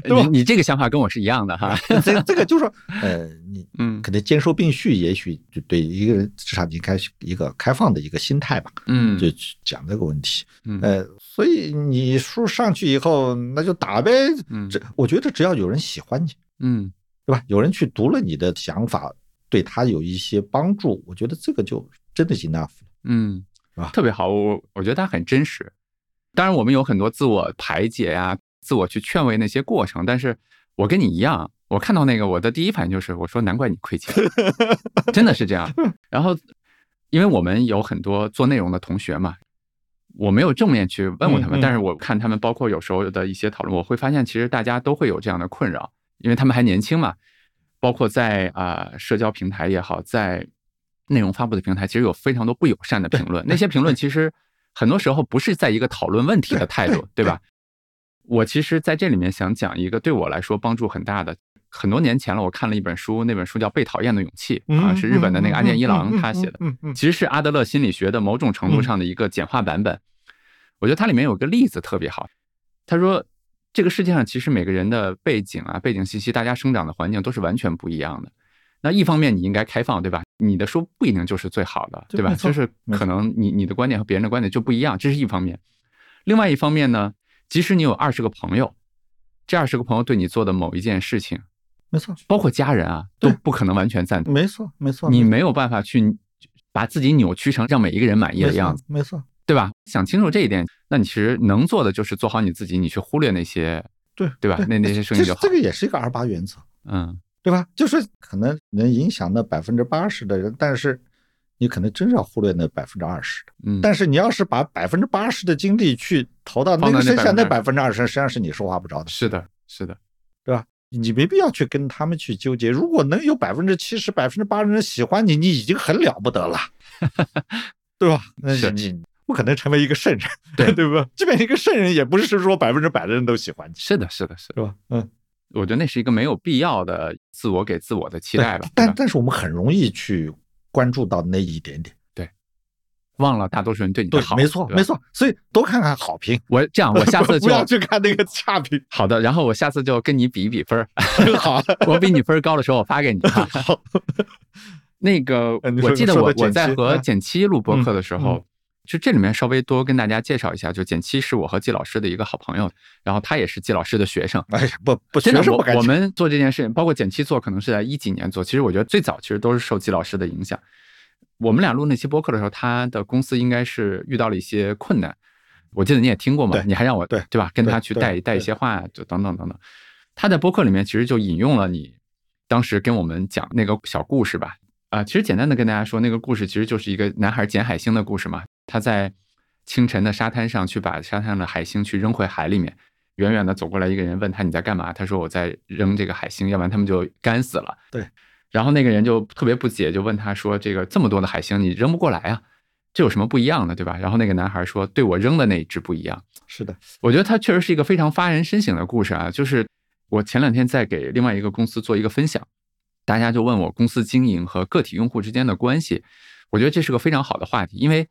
Speaker 2: 对吧？
Speaker 1: 你你这个想法跟我是一样的哈。
Speaker 2: 这这个就是说，呃，你
Speaker 1: 嗯
Speaker 2: 可能兼收并蓄，也许就对一个人至少你开始一个开放的一个心态吧，
Speaker 1: 嗯
Speaker 2: 就去讲这个问题。
Speaker 1: 嗯
Speaker 2: 呃，所以你书上去以后，那就打呗。
Speaker 1: 嗯
Speaker 2: 这我觉得只要有人喜欢你，
Speaker 1: 嗯
Speaker 2: 对吧？有人去读了你的想法，对他有一些帮助，我觉得这个就真的 enough 了。
Speaker 1: 嗯
Speaker 2: 是吧，
Speaker 1: 特别好，我我觉得他很真实。当然，我们有很多自我排解呀、自我去劝慰那些过程，但是我跟你一样，我看到那个，我的第一反应就是，我说难怪你亏钱，
Speaker 2: <laughs>
Speaker 1: 真的是这样。然后，因为我们有很多做内容的同学嘛，我没有正面去问过他们，
Speaker 2: 嗯嗯
Speaker 1: 但是我看他们包括有时候的一些讨论，我会发现其实大家都会有这样的困扰，因为他们还年轻嘛，包括在啊、社交平台也好，在内容发布的平台，其实有非常多不友善的评论。那些评论其实很多时候不是在一个讨论问题的态
Speaker 2: <laughs>
Speaker 1: 度，对吧？我其实在这里面想讲一个对我来说帮助很大的，很多年前了，我看了一本书，那本书叫《被讨厌的勇气》，啊，是日本的那个安见一郎他写的。
Speaker 2: 嗯
Speaker 1: <laughs>
Speaker 2: 嗯
Speaker 1: 其实是阿德勒心理学的某种程度上的一个简化版本。我觉得它里面有个例子特别好，他说这个世界上其实每个人的背景啊、背景信息、大家生长的环境都是完全不一样的。那一方面你应该开放，对吧？你的书不一定就是最好的，
Speaker 2: 对
Speaker 1: 对吧？
Speaker 2: 没错
Speaker 1: 就是可能你你的观点和别人的观点就不一样，这是一方面。另外一方面呢，即使你有二十个朋友，这二十个朋友对你做的某一件事情，
Speaker 2: 没错，
Speaker 1: 包括家人啊，都不可能完全赞同。
Speaker 2: 没错，没错，
Speaker 1: 你
Speaker 2: 没
Speaker 1: 没有办法去把自己扭曲成让每一个人满意的
Speaker 2: 错
Speaker 1: 样子，，
Speaker 2: 没错，
Speaker 1: 对吧？想清楚这一点，那你其实能做的就是做好你自己，你去忽略那些，
Speaker 2: 对
Speaker 1: 对吧那那些声音
Speaker 2: 其
Speaker 1: 就
Speaker 2: 实
Speaker 1: 好
Speaker 2: 这个也是一个二八原则，
Speaker 1: 嗯
Speaker 2: 对吧？就是可能能影响那百分之八十的人，但是你可能真要忽略那百分之二十。
Speaker 1: 嗯，
Speaker 2: 但是你要是把百分之八十的精力去投到那
Speaker 1: 放到
Speaker 2: 个
Speaker 1: 那
Speaker 2: 剩下那百
Speaker 1: 20%
Speaker 2: 分之二十，实际上是你收获不着的，
Speaker 1: 是的，是的，
Speaker 2: 对吧？你没必要去跟他们去纠结。如果能有百分之七十、百分之八十人喜欢你，你已经很了不得了，
Speaker 1: <laughs>
Speaker 2: 对吧？那
Speaker 1: 是
Speaker 2: 你你不可能成为一个圣人，
Speaker 1: 对
Speaker 2: <laughs> 对吧？即便一个圣人，也不是说百分之百的人都喜欢你，
Speaker 1: 是的，是的，是的。
Speaker 2: 是吧？嗯，
Speaker 1: 我觉得那是一个没有必要的自我给自我的期
Speaker 2: 对
Speaker 1: 待吧，对
Speaker 2: 但
Speaker 1: 吧
Speaker 2: 但是我们很容易去关注到那一点点，
Speaker 1: 忘了大多数人对你
Speaker 2: 对
Speaker 1: 的，好，
Speaker 2: 没错，
Speaker 1: 对吧
Speaker 2: 没错。所以多看看好评，
Speaker 1: 我这样，我下次
Speaker 2: <laughs> 不
Speaker 1: 就
Speaker 2: 要去看那个差
Speaker 1: <laughs>
Speaker 2: 评。
Speaker 1: 好的，然后我下次就跟你比一比分儿，
Speaker 2: <laughs> 好，
Speaker 1: 我比你分儿高的时候我发给你哈。
Speaker 2: 好，
Speaker 1: 那个
Speaker 2: 呃你，说
Speaker 1: 我记得
Speaker 2: 说
Speaker 1: 我
Speaker 2: 的
Speaker 1: 我
Speaker 2: 简
Speaker 1: 在
Speaker 2: 七
Speaker 1: 和
Speaker 2: 嗯
Speaker 1: 简七录播客的时
Speaker 2: 嗯
Speaker 1: 候，就这里面稍微多跟大家介绍一下，就简七是我和季老师的一个好朋友，然后他也是季老师的学生。
Speaker 2: 哎呀，
Speaker 1: <laughs>
Speaker 2: 不不，
Speaker 1: 真
Speaker 2: 学
Speaker 1: 的，
Speaker 2: 生
Speaker 1: 我
Speaker 2: 不敢
Speaker 1: 我
Speaker 2: 讲。
Speaker 1: 们做这件事情，包括简七做，可能是在一几年做。其实我觉得最早其实都是受季老师的影响。我们俩录那期播客的时候，他的公司应该是遇到了一些困难，我记得你也听过嘛
Speaker 2: 对，
Speaker 1: 你还让我
Speaker 2: 对
Speaker 1: 对吧，跟他
Speaker 2: 对
Speaker 1: 去
Speaker 2: 对
Speaker 1: 带
Speaker 2: 对
Speaker 1: 带一些话，就等等等等。他在播客里面其实就引用了你当时跟我们讲那个小故事吧，啊、其实简单的跟大家说，那个故事其实就是一个男孩捡海星的故事嘛。他在清晨的沙滩上去把沙滩上的海星去扔回海里面，远远的走过来一个人问他你在干嘛？他说我在扔这个海星，要不然他们就干死了。
Speaker 2: 对。
Speaker 1: 然后那个人就特别不解，就问他说：“这个这么多的海星，你扔不过来啊，这有什么不一样的，对吧？”然后那个男孩说：“对我扔的那一只不一样。”
Speaker 2: 是的，
Speaker 1: 我觉得它确实是一个非常发人深省的故事啊。就是我前两天在给另外一个公司做一个分享，大家就问我公司经营和个体用户之间的关系，我觉得这是个非常好的话题，因为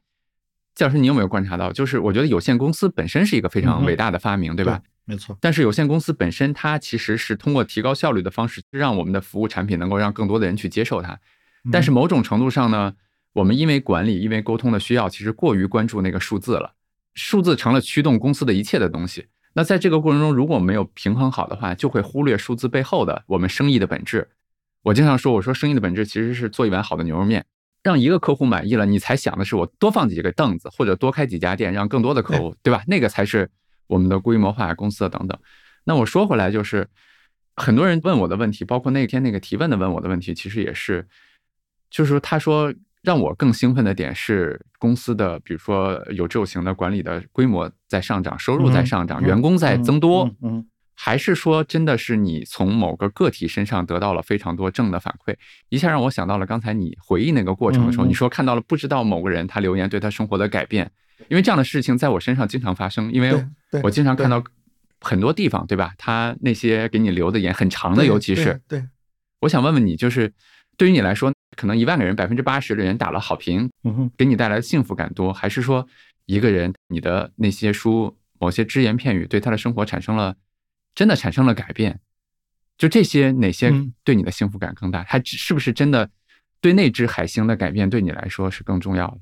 Speaker 1: 季老师你有没有观察到，就是我觉得有限公司本身是一个非常
Speaker 2: 嗯哼
Speaker 1: 伟大的发明，对吧？
Speaker 2: 没错，
Speaker 1: 但是有限公司本身，它其实是通过提高效率的方式，让我们的服务产品能够让更多的人去接受它。但是
Speaker 2: 嗯
Speaker 1: 某种程度上呢，我们因为管理、因为沟通的需要，其实过于关注那个数字了，数字成了驱动公司的一切的东西。那在这个过程中，如果没有平衡好的话，就会忽略数字背后的我们生意的本质。我经常说，我说生意的本质其实是做一碗好的牛肉面，让一个客户满意了，你才想的是我多放几个凳子，或者多开几家店，让更多的客户，对吧？那个才是我们的规模化公司的等等。那我说回来，就是很多人问我的问题，包括那天那个提问的问我的问题，其实也是，就是说他说让我更兴奋的点是公司的，比如说有志有型的管理的规模在上涨，收入在上涨，
Speaker 2: 嗯
Speaker 1: 员工在增多，
Speaker 2: 嗯嗯嗯
Speaker 1: 还是说真的是你从某个个体身上得到了非常多正的反馈，一下让我想到了刚才你回忆那个过程的时候，
Speaker 2: 嗯嗯
Speaker 1: 你说看到了不知道某个人他留言对他生活的改变，因为这样的事情在我身上经常发生，因为
Speaker 2: 对
Speaker 1: 我经常
Speaker 2: 对
Speaker 1: 看到很多地方，对吧？他那些给你留的言很长的，
Speaker 2: 对
Speaker 1: 尤其是
Speaker 2: 对对
Speaker 1: 我想问问你，就是对于你来说，可能一万个人百分之八十的人打了好评，
Speaker 2: 嗯哼。
Speaker 1: 给你带来的幸福感多，还是说一个人你的那些书某些只言片语对他的生活产生了真的产生了改变？就这些哪些
Speaker 2: 嗯
Speaker 1: 对你的幸福感更大？还是不是真的对那只海星的改变对你来说是更重要的？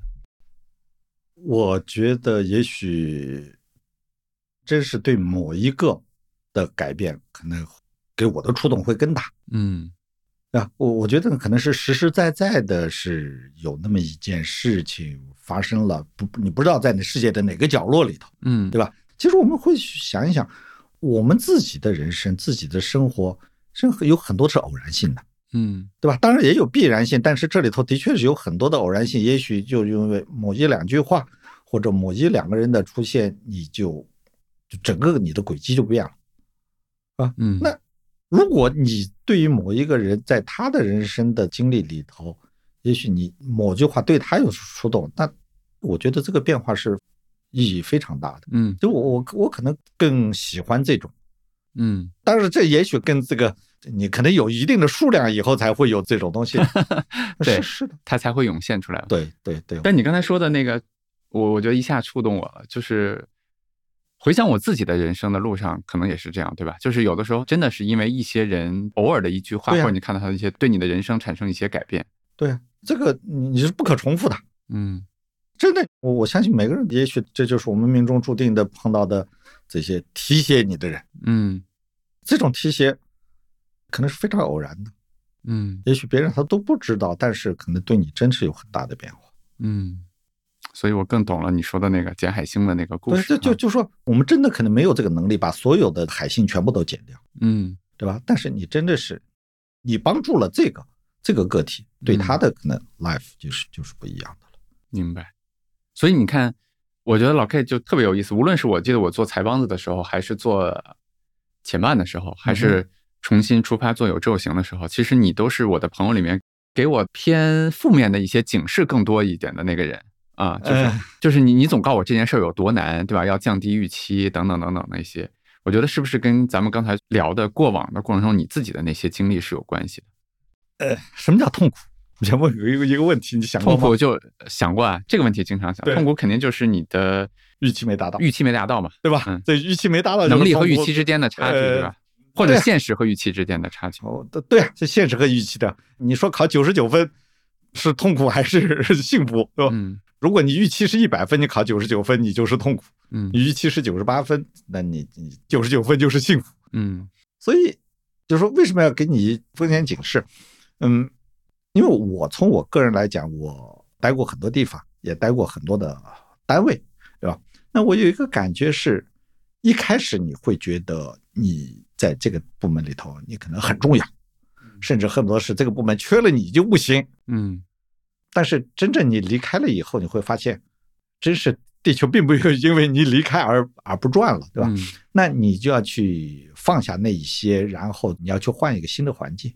Speaker 2: 我觉得也许真是对某一个的改变，可能给我的触动会更大
Speaker 1: 嗯
Speaker 2: 啊。我我觉得可能是实实在在的，是有那么一件事情发生了，不，你不知道在你世界的哪个角落里头。
Speaker 1: 嗯，
Speaker 2: 对吧其实我们会去想一想，我们自己的人生、自己的生活，是有很多是偶然性的。
Speaker 1: 嗯
Speaker 2: 对吧？当然也有必然性，但是这里头的确是有很多的偶然性，也许就因为某一两句话或者某一两个人的出现，你就就整个你的轨迹就变了。
Speaker 1: 嗯，
Speaker 2: 那如果你对于某一个人在他的人生的经历里头，也许你某句话对他有触动，那我觉得这个变化是意义非常大的。
Speaker 1: 嗯
Speaker 2: 就我我我可能更喜欢这种。
Speaker 1: 嗯
Speaker 2: 当然，这也许跟这个你可能有一定的数量以后才会有这种东西。
Speaker 1: 对
Speaker 2: 是是的，
Speaker 1: 它才会涌现出来。
Speaker 2: 对对对，
Speaker 1: 但你刚才说的那个，我我觉得一下触动我了，就是回想我自己的人生的路上，可能也是这样，对吧？就是有的时候真的是因为一些人偶尔的一句话，
Speaker 2: 对啊
Speaker 1: 或者你看到他的一些对你的人生产生一些改变。
Speaker 2: 对这个你你是不可重复的，
Speaker 1: 嗯
Speaker 2: 真的，我我相信每个人，也许这就是我们命中注定的碰到的这些提携你的人，
Speaker 1: 嗯
Speaker 2: 这种提携可能是非常偶然的，
Speaker 1: 嗯
Speaker 2: 也许别人他都不知道，但是可能对你真是有很大的变化。
Speaker 1: 嗯，所以我更懂了你说的那个简海星的那个故
Speaker 2: 对，
Speaker 1: 事
Speaker 2: 就
Speaker 1: 啊。
Speaker 2: 就就说我们真的可能没有这个能力把所有的海信全部都减掉，
Speaker 1: 嗯
Speaker 2: 对吧？但是你真的是你帮助了这个这个个体，
Speaker 1: 嗯
Speaker 2: 对他的可能 life 就是就是不一样的了。
Speaker 1: 明白。所以你看，我觉得老 K 就特别有意思。无论是我记得我做财帮子的时候，还是做且慢的时候，
Speaker 2: 嗯
Speaker 1: 还是重新出发做有志有行的时候，其实你都是我的朋友里面给我偏负面的一些警示更多一点的那个人啊，就是、
Speaker 2: 哎
Speaker 1: 就是你你总告诉我这件事儿有多难，对吧？要降低预期等等等等那些。我觉得是不是跟咱们刚才聊的过往的过程中你自己的那些经历是有关系的？
Speaker 2: 什么叫痛苦？ <laughs> 我想问有一个一个问题，你想过
Speaker 1: 哎痛
Speaker 2: 吗
Speaker 1: 苦就想过啊，这个问题经常想，
Speaker 2: 对
Speaker 1: 痛苦肯定就是你的
Speaker 2: 预期没达到，
Speaker 1: 预期没达到嘛，
Speaker 2: 对吧？
Speaker 1: 嗯
Speaker 2: 这预期没达到，
Speaker 1: 能力和预期之间的差距，
Speaker 2: 呃
Speaker 1: 对吧？或者
Speaker 2: 对啊
Speaker 1: 现实和预期之间的差距，
Speaker 2: 哦，对对啊，这现实和预期的。你说考九十九分是痛苦还是 <laughs> 幸福，对吧？
Speaker 1: 嗯
Speaker 2: 如果你预期是一百分，你考九十九分，你就是痛苦；
Speaker 1: 嗯
Speaker 2: 你预期是九十八分，那你你九十九分就是幸福。
Speaker 1: 嗯
Speaker 2: 所以，就说为什么要给你风险警示？嗯，因为我从我个人来讲，我待过很多地方，也待过很多的单位，对吧？那我有一个感觉是，一开始你会觉得你在这个部门里头，你可能很重要，甚至恨不得是这个部门缺了你就不行。
Speaker 1: 嗯，
Speaker 2: 但是真正你离开了以后，你会发现，真是地球并没有因为你离开而而不转了，对吧？
Speaker 1: 嗯？
Speaker 2: 那你就要去放下那一些，然后你要去换一个新的环境，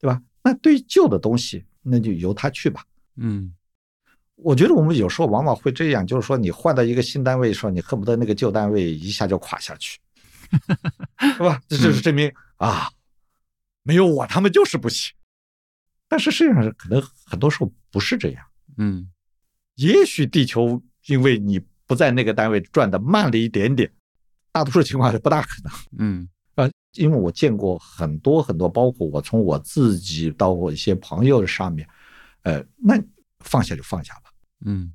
Speaker 2: 对吧？那对于旧的东西，那就由它去吧。
Speaker 1: 嗯
Speaker 2: 我觉得我们有时候往往会这样，就是说你换到一个新单位的时候，你恨不得那个旧单位一下就垮下去，是吧？这就是证明啊，没有我他们就是不行。但是实际上，可能很多时候不是这样。
Speaker 1: 嗯
Speaker 2: 也许地球因为你不在那个单位转的慢了一点点，大多数情况是不大可能。
Speaker 1: 嗯
Speaker 2: 啊，因为我见过很多很多，包括我从我自己到我一些朋友上面，呃，那放下就放下吧，
Speaker 1: 嗯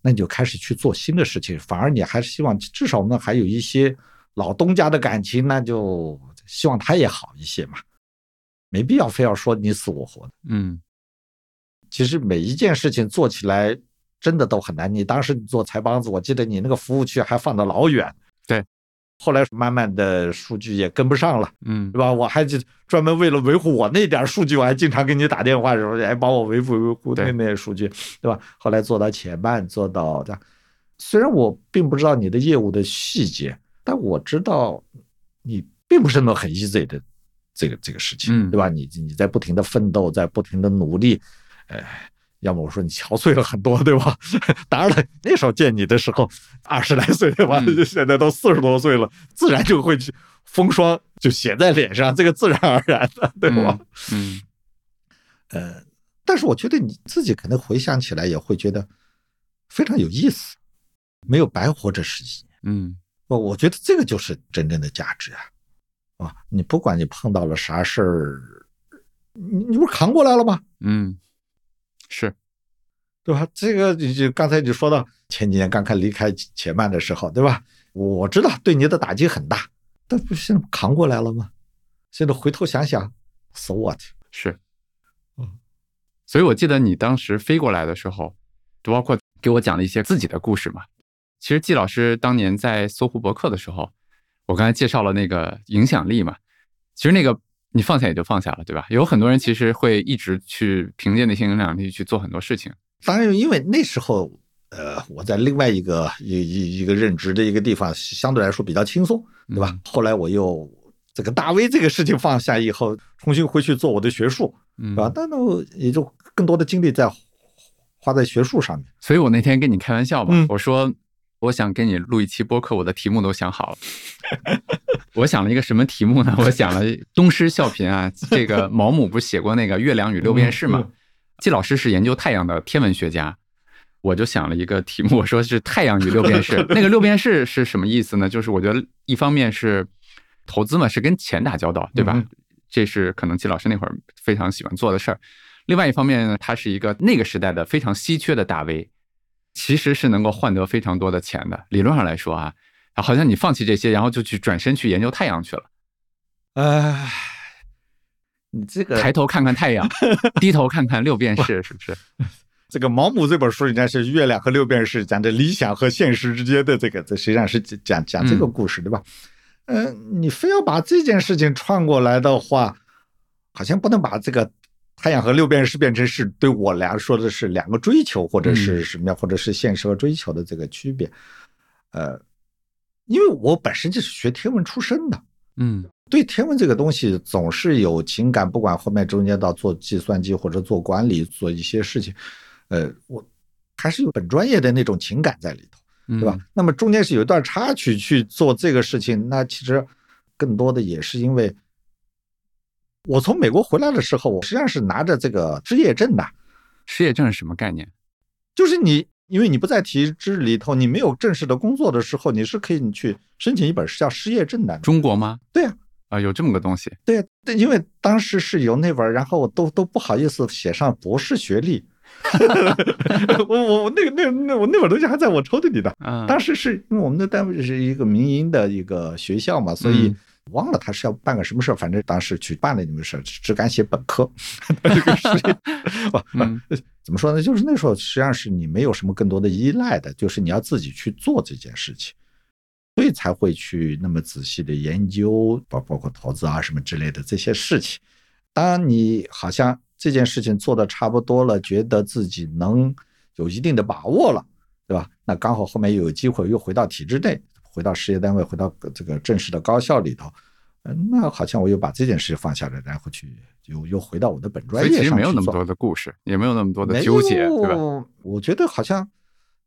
Speaker 2: 那你就开始去做新的事情，反而你还是希望至少我们还有一些老东家的感情，那就希望他也好一些嘛，没必要非要说你死我活的。
Speaker 1: 嗯
Speaker 2: 其实每一件事情做起来真的都很难。你当时你做财帮子，我记得你那个服务区还放得老远，
Speaker 1: 对，
Speaker 2: 后来慢慢的数据也跟不上了。
Speaker 1: 嗯
Speaker 2: 对吧？我还就专门为了维护我那点儿数据，我还经常给你打电话说，哎，帮我维护维护那
Speaker 1: 对
Speaker 2: 那些数据，对吧？后来做到前半，做到这样。虽然我并不知道你的业务的细节，但我知道你并不是那么很 easy 的这个这个事情，
Speaker 1: 嗯
Speaker 2: 对吧？你你在不停的奋斗，在不停的努力，哎，要么我说你憔悴了很多，对吧？ <laughs> 当然了，那时候见你的时候二十来岁，对吧？
Speaker 1: 嗯
Speaker 2: <laughs> 现在都四十多岁了，自然就会去风霜就写在脸上，这个自然而然的，对吧？
Speaker 1: 嗯
Speaker 2: 呃，但是我觉得你自己可能回想起来也会觉得非常有意思，没有白活这十几年。
Speaker 1: 嗯
Speaker 2: 我我觉得这个就是真正的价值啊！啊，你不管你碰到了啥事儿，你你不是扛过来了吗？
Speaker 1: 嗯，是，
Speaker 2: 对吧？这个你就刚才你说到前几年刚开离开且慢的时候，对吧？我知道对你的打击很大，但不是现在扛过来了吗？现在回头想想，so what？
Speaker 1: 是
Speaker 2: 嗯，
Speaker 1: 所以我记得你当时飞过来的时候，就包括给我讲了一些自己的故事嘛。其实季老师当年在搜狐博客的时候，我刚才介绍了那个影响力嘛，其实那个你放下也就放下了，对吧？有很多人其实会一直去凭借那些影响力去做很多事情。
Speaker 2: 当然，因为那时候，呃，我在另外一个一一一个任职的一个地方，相对来说比较轻松，对吧？后来我又这个大 V 这个事情放下以后，重新回去做我的学术，
Speaker 1: 嗯
Speaker 2: 对吧？但那我也就更多的精力在花在学术上面。
Speaker 1: 所以我那天跟你开玩笑吧，
Speaker 2: 嗯
Speaker 1: 我说我想跟你录一期播客，我的题目都想好了。 <laughs> 我想了一个什么题目呢？我想了东施效颦啊，这个毛姆不是写过那个《月亮与六便士》
Speaker 2: 嗯
Speaker 1: 吗？季老师是研究太阳的天文学家，我就想了一个题目，我说是太阳与六便士。那个六便士是什么意思呢？就是我觉得一方面是投资嘛，是跟钱打交道，对吧？
Speaker 2: 嗯
Speaker 1: 这是可能季老师那会儿非常喜欢做的事儿。另外一方面呢，他是一个那个时代的非常稀缺的大 V，其实是能够换得非常多的钱的。理论上来说啊，好像你放弃这些，然后就去转身去研究太阳去了，
Speaker 2: 唉，你这个
Speaker 1: 抬头看看
Speaker 2: <laughs>
Speaker 1: 太阳，低头看看六便士，是不是？
Speaker 2: 这个毛姆这本书，人家是月亮和六便士讲的理想和现实之间的这个，这实际上是讲讲这个故事，对吧？呃，你非要把这件事情串过来的话，好像不能把这个太阳和六便士变成是对我来说的是两个追求，或者是
Speaker 1: 嗯
Speaker 2: 什么样，或者是现实和追求的这个区别。呃，因为我本身就是学天文出身的，
Speaker 1: 嗯
Speaker 2: 对天文这个东西总是有情感，不管后面中间到做计算机或者做管理做一些事情，呃，我还是有本专业的那种情感在里头，
Speaker 1: 嗯，
Speaker 2: 对吧？？那么中间是有一段插曲去做这个事情，那其实更多的也是因为我从美国回来的时候，我实际上是拿着这个失业证的，
Speaker 1: 失业证是什么概念？
Speaker 2: 就是你因为你不在体制里头，你没有正式的工作的时候，你是可以去申请一本叫失业证的。
Speaker 1: 中国吗？
Speaker 2: 对呀、
Speaker 1: 啊、有这么个东西。
Speaker 2: 对对，因为当时是有那本儿，然后我都都不好意思写上博士学历。 <laughs> 我我我那个那个那我那本东西还在我抽屉里的。
Speaker 1: 嗯，
Speaker 2: 当时是因为我们的单位是一个民营的一个学校嘛，所以
Speaker 1: 嗯
Speaker 2: 忘了他是要办个什么事儿，反 <laughs> 正当时去办了那么事儿，只敢写本科。这个是哇
Speaker 1: 嗯
Speaker 2: 怎么说呢？就是那时候实际上是你没有什么更多的依赖的，就是你要自己去做这件事情，所以才会去那么仔细的研究，包包括投资啊什么之类的这些事情。当你好像这件事情做的差不多了，觉得自己能有一定的把握了，对吧？那刚好后面又有机会又回到体制内，回到事业单位，回到这个正式的高校里头，嗯，那好像我又把这件事放下了，然后去又又回到我的本专
Speaker 1: 所以
Speaker 2: 业
Speaker 1: 其
Speaker 2: 上
Speaker 1: 实没有那
Speaker 2: 去
Speaker 1: 么
Speaker 2: 做
Speaker 1: 多的故事，也没有那么多的纠结，对吧？
Speaker 2: 吧？我觉得好像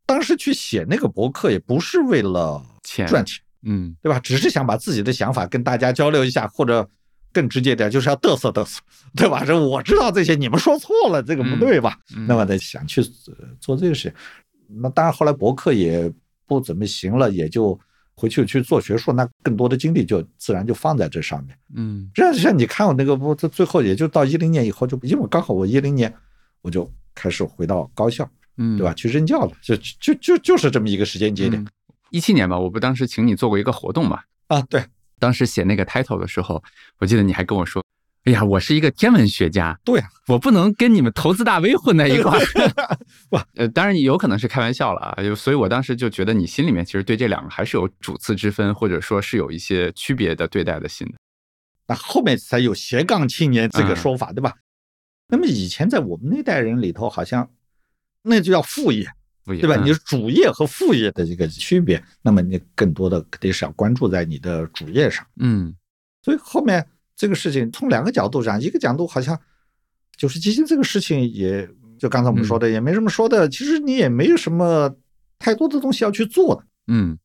Speaker 2: 当时去写那个博客也不是为了
Speaker 1: 钱
Speaker 2: 赚钱，
Speaker 1: 嗯，
Speaker 2: 对吧？只是想把自己的想法跟大家交流一下，或者更直接点，就是要嘚瑟嘚瑟，对吧？这我知道这些，你们说错了，这个不
Speaker 1: 嗯
Speaker 2: 对吧？
Speaker 1: 嗯
Speaker 2: 那么得想去呃做这个事情。那当然，后来博客也不怎么行了，也就回去去做学术，那更多的精力就自然就放在这上面。
Speaker 1: 嗯
Speaker 2: 这像你看我那个不，这最后也就到一零年以后就，因为刚好我一零年我就开始回到高校，
Speaker 1: 嗯，
Speaker 2: 对吧？？去任教了，就就就就是这么一个时间节点、
Speaker 1: 一七年吧，我不当时请你做过一个活动嘛？
Speaker 2: 啊。对
Speaker 1: 当时写那个 title 的时候，我记得你还跟我说：“哎呀，我是一个天文学家，
Speaker 2: 对啊，
Speaker 1: 我不能跟你们投资大 V 混在一块儿。
Speaker 2: <laughs> 哇”
Speaker 1: 呃，当然有可能是开玩笑了啊，就所以我当时就觉得你心里面其实对这两个还是有主次之分，或者说是有一些区别的对待的心的。
Speaker 2: 那后面才有斜杠青年这个说法，对吧？那么以前在我们那代人里头，好像那就叫副业，
Speaker 1: 不一嗯
Speaker 2: 对吧？
Speaker 1: 样
Speaker 2: 你是主业和副业的这个区别，那么你更多的肯定是要关注在你的主业上。
Speaker 1: 嗯
Speaker 2: 所以后面这个事情从两个角度讲，一个角度好像就是基金这个事情也就刚才我们说的也没什么说的，其实你也没有什么太多的东西要去做的。
Speaker 1: 嗯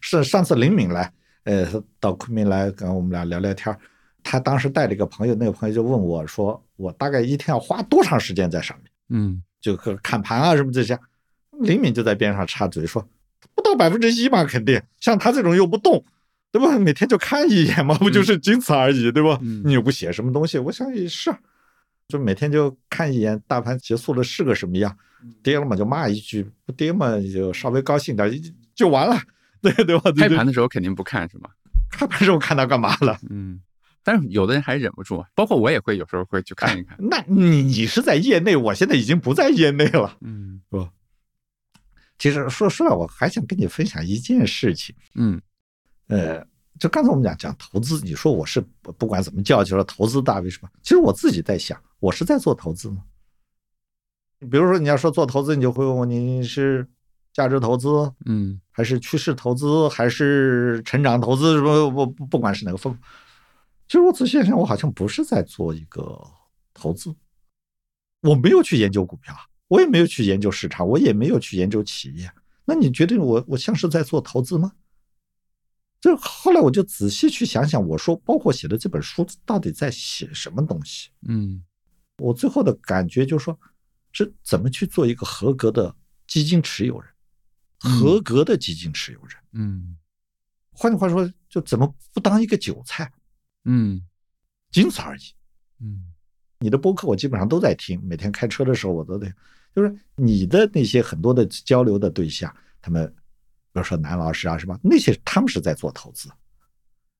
Speaker 2: 是上次林敏来，呃，到昆明来跟我们俩聊聊天儿，他当时带了一个朋友，那个朋友就问我说，我大概一天要花多长时间在上面，
Speaker 1: 嗯，
Speaker 2: 就和看盘啊什么这些。林敏就在边上插嘴说，不到百分之一嘛，肯定像他这种又不动。对吧？每天就看一眼嘛，不就是仅此而已，对吧？
Speaker 1: 嗯
Speaker 2: 你又不写什么东西，我想也是，啊就每天就看一眼大盘结束了是个什么样，
Speaker 1: 嗯
Speaker 2: 跌了嘛就骂一句，不跌嘛就稍微高兴点就完了，对对吧？
Speaker 1: 开盘的时候肯定不看是吗？
Speaker 2: 开盘时候看他干嘛了？
Speaker 1: 嗯，但是有的人还忍不住，啊包括我也会有时候会去看一
Speaker 2: <laughs>
Speaker 1: 看。
Speaker 2: 那你你是在业内，我现在已经不在业内了。
Speaker 1: 嗯
Speaker 2: 其实说实话，我还想跟你分享一件事情。
Speaker 1: 嗯
Speaker 2: 呃，就刚才我们讲讲投资，你说我是不不管怎么叫，就说投资大 V 什么？其实我自己在想，我是在做投资吗？比如说你要说做投资，你就会问我你是价值投资
Speaker 1: 嗯
Speaker 2: 还是趋势投资还是成长投资？不不不，不管是哪个分，其实我仔细想，我好像不是在做一个投资，我没有去研究股票，我也没有去研究市场，我也没有去研究企业。那你觉得我我像是在做投资吗？就是后来我就仔细去想想，我说，包括写的这本书到底在写什么东西？
Speaker 1: 嗯
Speaker 2: 我最后的感觉就是说，是怎么去做一个合格的基金持有人，
Speaker 1: 嗯
Speaker 2: 合格的基金持有人。
Speaker 1: 嗯
Speaker 2: 换句话说，就怎么不当一个韭菜，
Speaker 1: 嗯
Speaker 2: 仅此而已。
Speaker 1: 嗯
Speaker 2: 你的播客我基本上都在听，每天开车的时候我都得，就是你的那些很多的交流的对象，他们比如说南老师啊什么那些，他们是在做投资，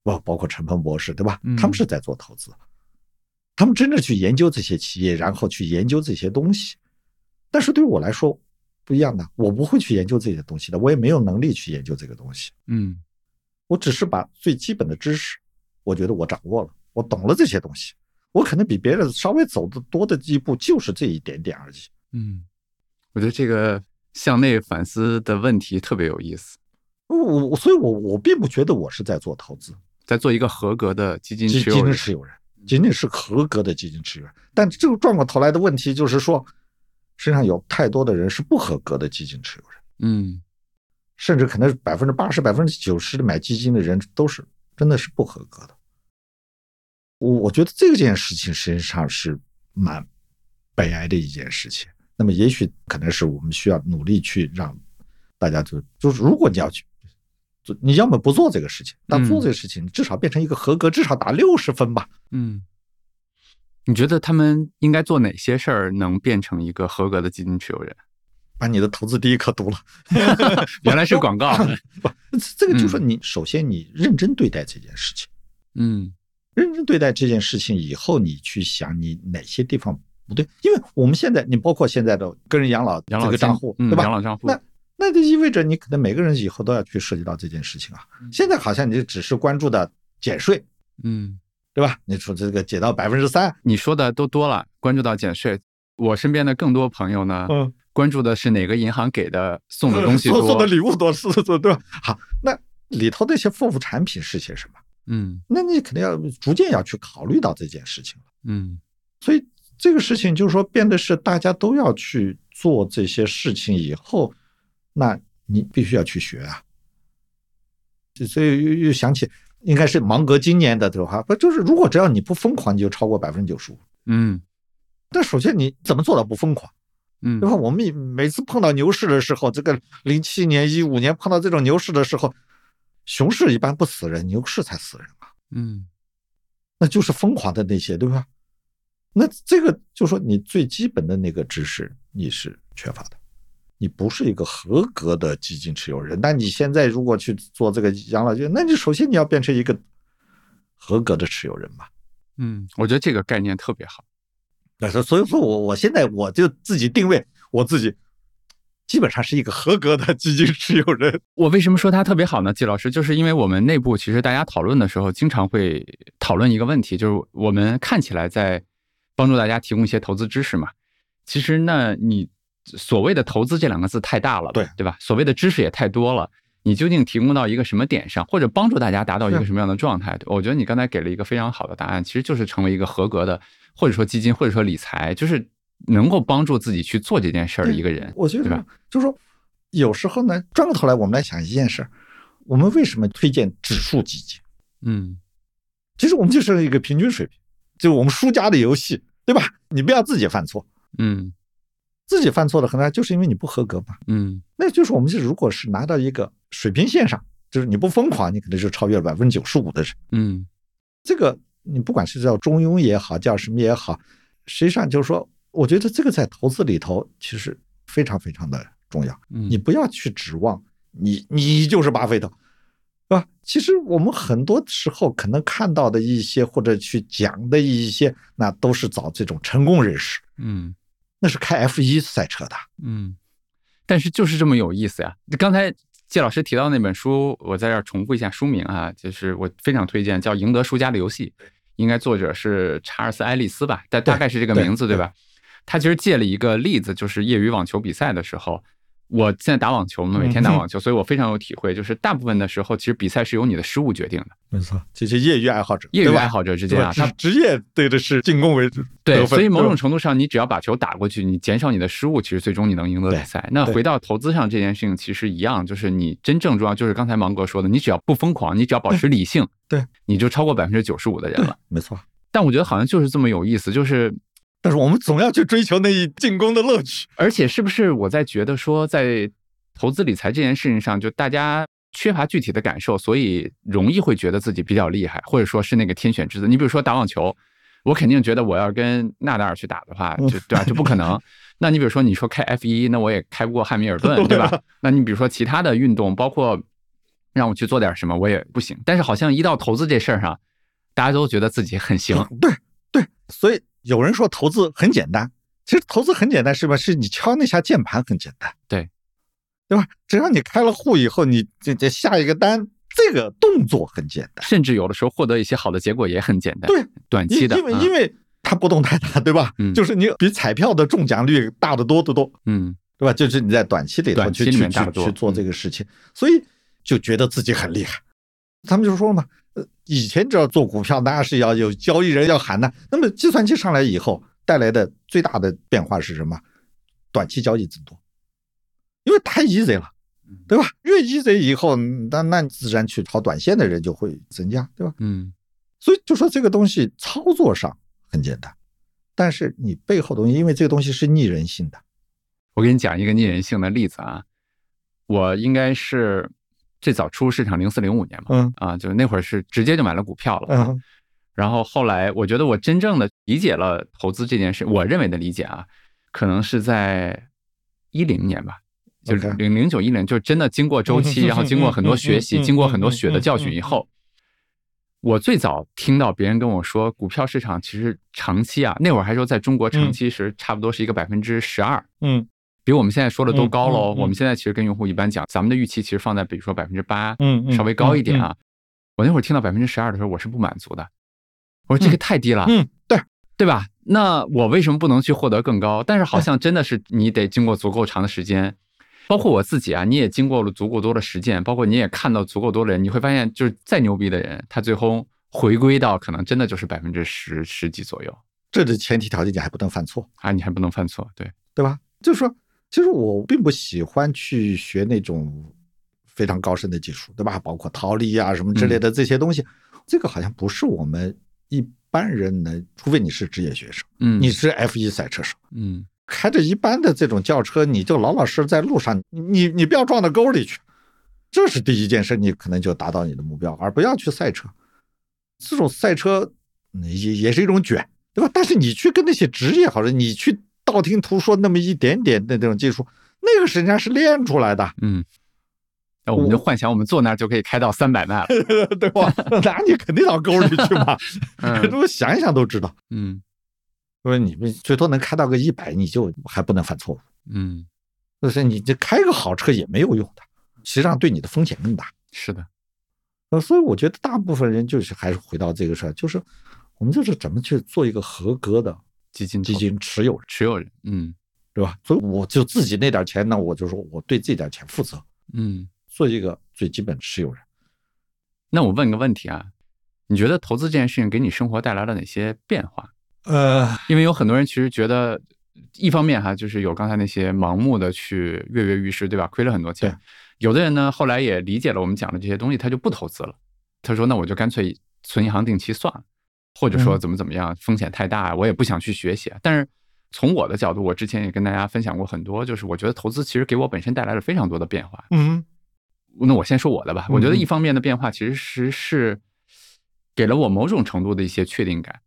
Speaker 2: 包包括陈鹏博士对吧
Speaker 1: 嗯？
Speaker 2: 他们是在做投资，他们真的去研究这些企业，然后去研究这些东西。但是对我来说不一样的，我不会去研究这些东西的，我也没有能力去研究这个东西。
Speaker 1: 嗯
Speaker 2: 我只是把最基本的知识，我觉得我掌握了，我懂了这些东西。我可能比别人稍微走得多的一步，就是这一点点而已。
Speaker 1: 嗯，我觉得这个向内反思的问题特别有意思。
Speaker 2: 我我所以我，我并不觉得我是在做投资，
Speaker 1: 在做一个合格的基金
Speaker 2: 基
Speaker 1: 持
Speaker 2: 基
Speaker 1: 有
Speaker 2: 金
Speaker 1: 人，
Speaker 2: 持有人仅仅是合格的基金持有人。但这个转过头来的问题就是说，身上有太多的人是不合格的基金持有人，
Speaker 1: 嗯
Speaker 2: 甚至可能百分之八十、百分之九十的买基金的人都是真的是不合格的。我我觉得这件事情实际上是蛮悲哀的一件事情。那么，也许可能是我们需要努力去让大家就就是，如果你要去做，你要么不做这个事情，但
Speaker 1: 嗯
Speaker 2: 做这个事情，你至少变成一个合格，至少打六十分吧。
Speaker 1: 嗯。你觉得他们应该做哪些事儿能变成一个合格的基金持有人？
Speaker 2: 把你的投资第一课读了，
Speaker 1: <laughs> 原来是广告。
Speaker 2: <laughs> 不，这个就是说你首先你认真对待这件事情，
Speaker 1: 嗯
Speaker 2: 认真对待这件事情以后，你去想你哪些地方不对，因为我们现在你包括现在的个人养老
Speaker 1: 养
Speaker 2: 这
Speaker 1: 老金
Speaker 2: 个账户，
Speaker 1: 嗯
Speaker 2: 对吧
Speaker 1: 养？老账户，
Speaker 2: 那那就意味着你可能每个人以后都要去涉及到这件事情啊。现在好像你就只是关注的减税，
Speaker 1: 嗯，
Speaker 2: 对吧？你说这个减到百分之三，
Speaker 1: 你说的都多了，关注到减税。我身边的更多朋友呢，
Speaker 2: 嗯，
Speaker 1: 关注的是哪个银行给的啊送的东西
Speaker 2: <laughs> 送
Speaker 1: 多，
Speaker 2: 送的礼物多是是，对吧？好，那里头那些副产品是些什么？
Speaker 1: 嗯
Speaker 2: 那你肯定要逐渐要去考虑到这件事情了。
Speaker 1: 嗯
Speaker 2: 所以这个事情就是说，变得是大家都要去做这些事情以后，那你必须要去学啊。所以又又想起，应该是芒格今年的这个话，不就是如果只要你不疯狂，你就超过百分之九十五。
Speaker 1: 嗯
Speaker 2: 但首先你怎么做到不疯狂？
Speaker 1: 嗯
Speaker 2: 对吧？我们每每次碰到牛市的时候，这个零七年、一五年碰到这种牛市的时候，熊市一般不死人，牛市才死人啊，
Speaker 1: 嗯
Speaker 2: 那就是疯狂的那些，对吧？那这个就说你最基本的那个知识你是缺乏的，你不是一个合格的基金持有人。那你现在如果去做这个养老金，那你首先你要变成一个合格的持有人嘛。
Speaker 1: 嗯，我觉得这个概念特别好。
Speaker 2: 那所所以说我我现在我就自己定位我自己，基本上是一个合格的基金持有人。
Speaker 1: 我为什么说它特别好呢？季老师，就是因为我们内部其实大家讨论的时候，经常会讨论一个问题，就是我们看起来在帮助大家提供一些投资知识嘛，其实呢，你所谓的投资这两个字太大了，
Speaker 2: 对
Speaker 1: 对吧？所谓的知识也太多了，你究竟提供到一个什么点上，或者帮助大家达到一个
Speaker 2: 是
Speaker 1: 什么样的状态？我觉得你刚才给了一个非常好的答案，其实就是成为一个合格的，或者说基金，或者说理财，就是能够帮助自己去做这件事儿的一个人。
Speaker 2: 我觉
Speaker 1: 对吧
Speaker 2: 得就是说，有时候呢，转过头来我们来想一件事儿：我们为什么推荐指数基金？
Speaker 1: 嗯
Speaker 2: 其实我们就是一个平均水平，就是我们输家的游戏，对吧？你不要自己犯错，
Speaker 1: 嗯
Speaker 2: 自己犯错了，很大就是因为你不合格嘛。
Speaker 1: 嗯
Speaker 2: 那就是我们是如果是拿到一个水平线上，就是你不疯狂，你可能就超越了百分之九十五的人。
Speaker 1: 嗯
Speaker 2: 这个你不管是叫中庸也好，叫什么也好，实际上就是说，我觉得这个在投资里头其实非常非常的重要。
Speaker 1: 嗯，
Speaker 2: 你不要去指望你你就是巴菲特，是吧？其实我们很多时候可能看到的一些或者去讲的一些，那都是找这种成功人士，
Speaker 1: 嗯。
Speaker 2: 那是开 F 一赛车的。
Speaker 1: 嗯，但是就是这么有意思呀。刚才季老师提到那本书，我在这儿重复一下书名啊，就是我非常推荐，叫《赢得输家的游戏》，应该作者是查尔斯·埃利斯吧，但大概是这个
Speaker 2: 对
Speaker 1: 名字对
Speaker 2: 对
Speaker 1: 吧？他其实借了一个例子，就是业余网球比赛的时候。我现在打网球嘛，每天打
Speaker 2: 嗯
Speaker 1: 网球，所以我非常有体会。就是大部分的时候，其实比赛是由你的失误决定的。
Speaker 2: 没错，这些业余爱好者，
Speaker 1: 业
Speaker 2: 对
Speaker 1: 余
Speaker 2: 吧
Speaker 1: 爱好者之
Speaker 2: 对
Speaker 1: 间啊
Speaker 2: 吧，
Speaker 1: 他
Speaker 2: 职职业对的是进攻为主，
Speaker 1: 对，
Speaker 2: 得分
Speaker 1: 所以某
Speaker 2: 对
Speaker 1: 种
Speaker 2: 吧
Speaker 1: 程度上，你只要把球打过去，你减少你的失误，其实最终你能赢得比
Speaker 2: 对
Speaker 1: 赛。那
Speaker 2: 对
Speaker 1: 回到投资上这件事情，其实一样，就是你真正重要，就是刚才芒哥说的，你只要不疯狂，你只要保持理性，
Speaker 2: 对，
Speaker 1: 你就超过百分之九十五的人了。
Speaker 2: 没错。
Speaker 1: 但我觉得好像就是这么有意思，就是
Speaker 2: 但是我们总要去追求那一进攻的乐趣。
Speaker 1: 而且是不是我在觉得说，在投资理财这件事情上，就大家缺乏具体的感受，所以容易会觉得自己比较厉害，或者说是那个天选之子。你比如说打网球，我肯定觉得我要跟纳达尔去打的话，
Speaker 2: 嗯
Speaker 1: 就对吧、就不可
Speaker 2: <laughs>
Speaker 1: 能。那你比如说你说开 F 一，那我也开不过汉密尔顿，对
Speaker 2: 对啊
Speaker 1: 吧？那你比如说其他的运动，包括让我去做点什么，我也不行。但是好像一到投资这事儿上，大家都觉得自己很行。
Speaker 2: 嗯对对，所以有人说投资很简单，其实投资很简单是吧？是你敲那下键盘很简单，
Speaker 1: 对
Speaker 2: 对吧？只要你开了户以后，你这这下一个单这个动作很简单，
Speaker 1: 甚至有的时候获得一些好的结果也很简单，
Speaker 2: 对，
Speaker 1: 短
Speaker 2: 因
Speaker 1: 期的，
Speaker 2: 因为
Speaker 1: 嗯
Speaker 2: 因为它波动太大，对吧？
Speaker 1: 嗯
Speaker 2: 就是你比彩票的中奖率大得多得多，
Speaker 1: 嗯
Speaker 2: 对吧？就是你在短期里头
Speaker 1: 短期
Speaker 2: 去
Speaker 1: 里
Speaker 2: 去
Speaker 1: 面大得
Speaker 2: 去
Speaker 1: 多嗯
Speaker 2: 去做这个事情，所以就觉得自己很厉害。他们就说嘛，呃，以前只要做股票，那是要有交易人要喊的。那么计算机上来以后带来的最大的变化是什么？短期交易增多，因为太 easy 了，
Speaker 1: 嗯
Speaker 2: 对吧？越 easy 以后，嗯那那自然去炒短线的人就会增加，对吧？
Speaker 1: 嗯。
Speaker 2: 所以就说这个东西操作上很简单，但是你背后的东西，因为这个东西是逆人性的，
Speaker 1: 我给你讲一个逆人性的例子啊，我应该是最早出入市场零四零五年嘛，
Speaker 2: 嗯
Speaker 1: 啊，就是那会儿是直接就买了股票了，
Speaker 2: 嗯
Speaker 1: 然后后来我觉得我真正的理解了投资这件事，我认为的理解啊，可能是在一零年吧，就是
Speaker 2: OK
Speaker 1: 零零九一零，就真的经过周期，
Speaker 2: 嗯
Speaker 1: 然后经过很多学习，
Speaker 2: 嗯嗯嗯
Speaker 1: 经过很多血的教训以后，我最早听到别人跟我说，股票市场其实长期啊，那会儿还说在中国
Speaker 2: 嗯
Speaker 1: 长期是差不多是一个百分之十二，
Speaker 3: 嗯
Speaker 1: 比我们现在说的都高
Speaker 3: 嗯嗯
Speaker 1: 喽。
Speaker 3: 嗯
Speaker 1: 我们现在其实跟用户一般讲，咱们的预期其实放在比如说百分之八，
Speaker 3: 嗯，嗯
Speaker 1: 稍微高一点，啊。我那会儿听到百分之十二的时候，我是不满足的，我说这个太低了，
Speaker 3: 嗯嗯
Speaker 2: 对
Speaker 1: 对吧？那我为什么不能去获得更高？但是好像真的是你得经过足够长的时间，包括我自己啊，你也经过了足够多的实践，包括你也看到足够多的人，你会发现，就是再牛逼的人，他最后回归到可能真的就是百分之十十几左右
Speaker 2: 这的前提条件你还不能犯错，
Speaker 1: 啊，你还不能犯错，对，
Speaker 2: 对吧？就是说，其实我并不喜欢去学那种非常高深的技术，对吧？包括套利啊什么之
Speaker 3: 嗯
Speaker 2: 类的这些东西，这个好像不是我们一般人能，除非你是职业选手，
Speaker 1: 嗯，
Speaker 2: 你是 F 一赛车手。
Speaker 1: 嗯
Speaker 2: 开着一般的这种轿车，你就老老实实在路上，你你你不要撞到沟里去，这是第一件事，你可能就达到你的目标，而不要去赛车。这种赛车嗯也也是一种卷，对吧？但是你去跟那些职业好人，你去道听途说那么一点点的这种技术，那个是人家是练出来的， <laughs>
Speaker 1: 嗯。那我们就幻想我们坐那儿就可以开到三百迈了，
Speaker 2: 对吧？ <laughs> 那你肯定到沟里去嘛，这
Speaker 1: 嗯
Speaker 2: 不想一想都知道。
Speaker 1: 嗯
Speaker 2: 因为你们最多能开到个一百，你就还不能犯错误。
Speaker 1: 嗯，
Speaker 2: 就是你这开个好车也没有用的，实际上对你的风险更大。
Speaker 1: 是的，
Speaker 2: 呃，所以我觉得大部分人就是还是回到这个事儿，就是我们就是怎么去做一个合格的
Speaker 1: 基金投
Speaker 2: 基金持有人，
Speaker 1: 持有人，嗯
Speaker 2: 对吧？所以我就自己那点钱呢，我就说我对这点钱负责，
Speaker 1: 嗯。
Speaker 2: 做一个最基本持有人。
Speaker 1: 那我问个问题啊，你觉得投资这件事情给你生活带来了哪些变化？
Speaker 2: 呃，
Speaker 1: 因为有很多人其实觉得，一方面哈，就是有刚才那些盲目的去跃跃欲试，对吧？亏了很多钱
Speaker 2: 对。
Speaker 1: 有的人呢，后来也理解了我们讲的这些东西，他就不投资了。他说：“那我就干脆存银行定期算了，或者说
Speaker 3: 嗯
Speaker 1: 怎么怎么样，风险太大，啊我也不想去学习。”啊但是从我的角度，我之前也跟大家分享过很多，就是我觉得投资其实给我本身带来了非常多的变化。
Speaker 3: 嗯
Speaker 1: 那我先说我的吧。我觉得
Speaker 3: 嗯嗯
Speaker 1: 一方面的变化其实是给了我某种程度的一些确定感。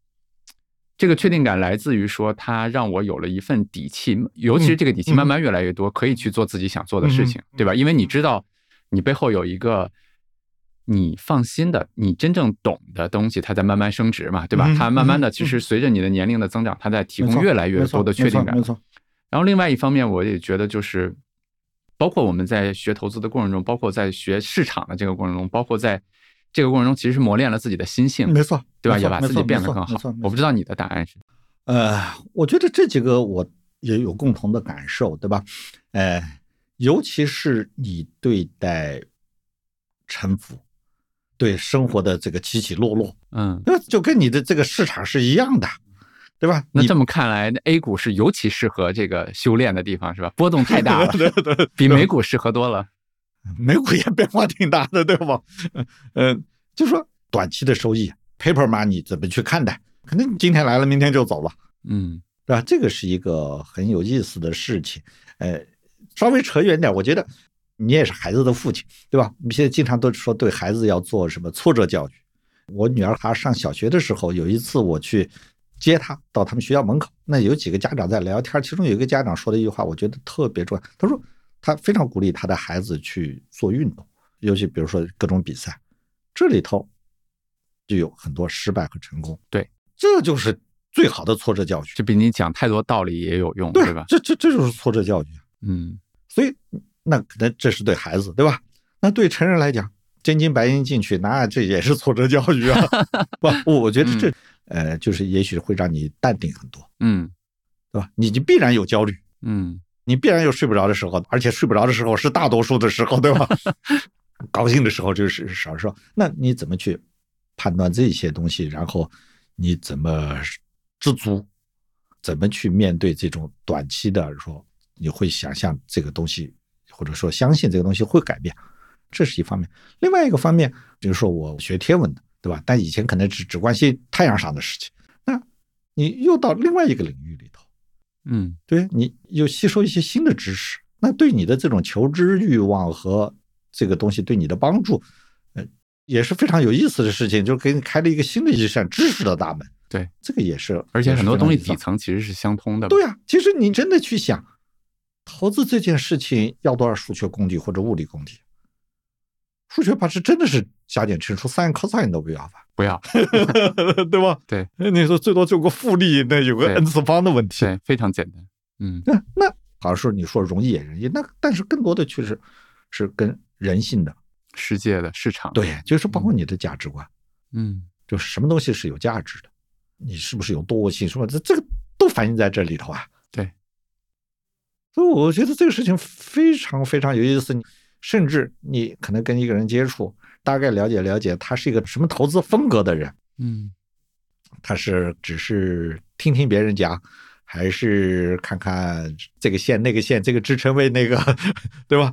Speaker 1: 这个确定感来自于说，它让我有了一份底气，尤其是这个底气
Speaker 3: 嗯嗯
Speaker 1: 慢慢越来越多，可以去做自己想做的事情
Speaker 3: 嗯，嗯
Speaker 1: 对吧？因为你知道，你背后有一个你放心的、你真正懂的东西，它在慢慢升值嘛，对吧
Speaker 3: 嗯？嗯
Speaker 1: 它慢慢的，
Speaker 3: 嗯
Speaker 1: 其实随着你的年龄的增长，它在提供越来越
Speaker 2: 没错
Speaker 1: 多的确定感
Speaker 2: 没。错，没错
Speaker 1: 然后另外一方面，我也觉得就是，包括我们在学投资的过程中，包括在学市场的这个过程中，包括在这个过程中，其实是磨练了自己的心性，
Speaker 2: 没错，
Speaker 1: 对吧？
Speaker 2: 没错
Speaker 1: 也把
Speaker 2: 没
Speaker 1: 自己
Speaker 2: 错
Speaker 1: 变
Speaker 2: 没
Speaker 1: 得
Speaker 2: 错
Speaker 1: 更
Speaker 2: 没
Speaker 1: 好
Speaker 2: 错没。错
Speaker 1: 我不知道你的答案是，
Speaker 2: 呃，我觉得这几个我也有共同的感受，对吧？呃，尤其是你对待沉浮，对生活的这个起起落落，
Speaker 1: 嗯，
Speaker 2: 那就跟你的这个市场是一样的，对吧？
Speaker 1: 那
Speaker 2: 你
Speaker 1: 这么看来那，A 股是尤其适合这个修炼的地方，是吧？波动太大了，比美股适合多了。
Speaker 2: <laughs> 美股也变化挺大的，对吧？ <laughs> 嗯，就说短期的收益，paper money 怎么去看待？可能今天来了，明天就走了，
Speaker 1: 嗯
Speaker 2: 对吧？这个是一个很有意思的事情。呃，稍微扯远点，我觉得你也是孩子的父亲，对吧？我们现在经常都说对孩子要做什么挫折教育。我女儿她上小学的时候，有一次我去接她到他们学校门口，那有几个家长在聊天，其中有一个家长说了一句话，我觉得特别重要。他说他非常鼓励他的孩子去做运动，尤其比如说各种比赛，这里头就有很多失败和成功。
Speaker 1: 对，
Speaker 2: 这就是最好的挫折教育。
Speaker 1: 这比你讲太多道理也有用，
Speaker 2: 对
Speaker 1: 对吧？
Speaker 2: 这这这就是挫折教育，
Speaker 1: 嗯
Speaker 2: 所以那可能这是对孩子，对吧？那对成人来讲，真金白银进去，那这也是挫折教育啊。不，我我觉得这、呃，就是也许会让你淡定很多，
Speaker 1: 嗯
Speaker 2: 对吧？你就必然有焦虑，
Speaker 1: 嗯
Speaker 2: 你必然有睡不着的时候，而且睡不着的时候是大多数的时候，对吧？高兴的时候就是少受，那你怎么去判断这些东西？然后你怎么知足？怎么去面对这种短期的说，你会想象这个东西，或者说相信这个东西会改变，这是一方面。另外一个方面，比如说我学天文的，对吧？但以前可能只只关心太阳上的事情，那你又到另外一个领域里头。
Speaker 1: 嗯
Speaker 2: 对你有吸收一些新的知识，那对你的这种求知欲望和这个东西对你的帮助，呃，也是非常有意思的事情，就给你开了一个新的一扇知识的大门。
Speaker 1: 对，
Speaker 2: 这个也是，
Speaker 1: 而且
Speaker 2: 也是
Speaker 1: 很多
Speaker 2: 非常
Speaker 1: 东西
Speaker 2: 有意思
Speaker 1: 底
Speaker 2: 的
Speaker 1: 层其实是相通的。
Speaker 2: 对呀、其实你真的去想，投资这件事情要多少数学功底或者物理功底？数学吧，是真的是加减乘除 sin、cosine 都不要吧，哎
Speaker 1: 不
Speaker 2: <laughs>
Speaker 1: 要，
Speaker 2: 对吧？
Speaker 1: <laughs> 对，
Speaker 2: 你说最多就有个复利，那有个
Speaker 1: 对
Speaker 2: n 次方的问题。
Speaker 1: 对，非常简单。嗯，
Speaker 2: 那那好像说你说容易也容易，那但是更多的确实是跟人性的，
Speaker 1: 世界的市场，，
Speaker 2: 对，就是包括你的价值观，
Speaker 1: 嗯，
Speaker 2: 就是什么东西是有价值的，你是不是有惰性，什么这这个都反映在这里头啊。
Speaker 1: 对，
Speaker 2: 所以我觉得这个事情非常非常有意思，你甚至你可能跟一个人接触，大概了解了解他是一个什么投资风格的人，
Speaker 1: 嗯，
Speaker 2: 他是只是听听别人讲。还是看看这个线、那个线，这个支撑位、那个， <laughs> 对吧？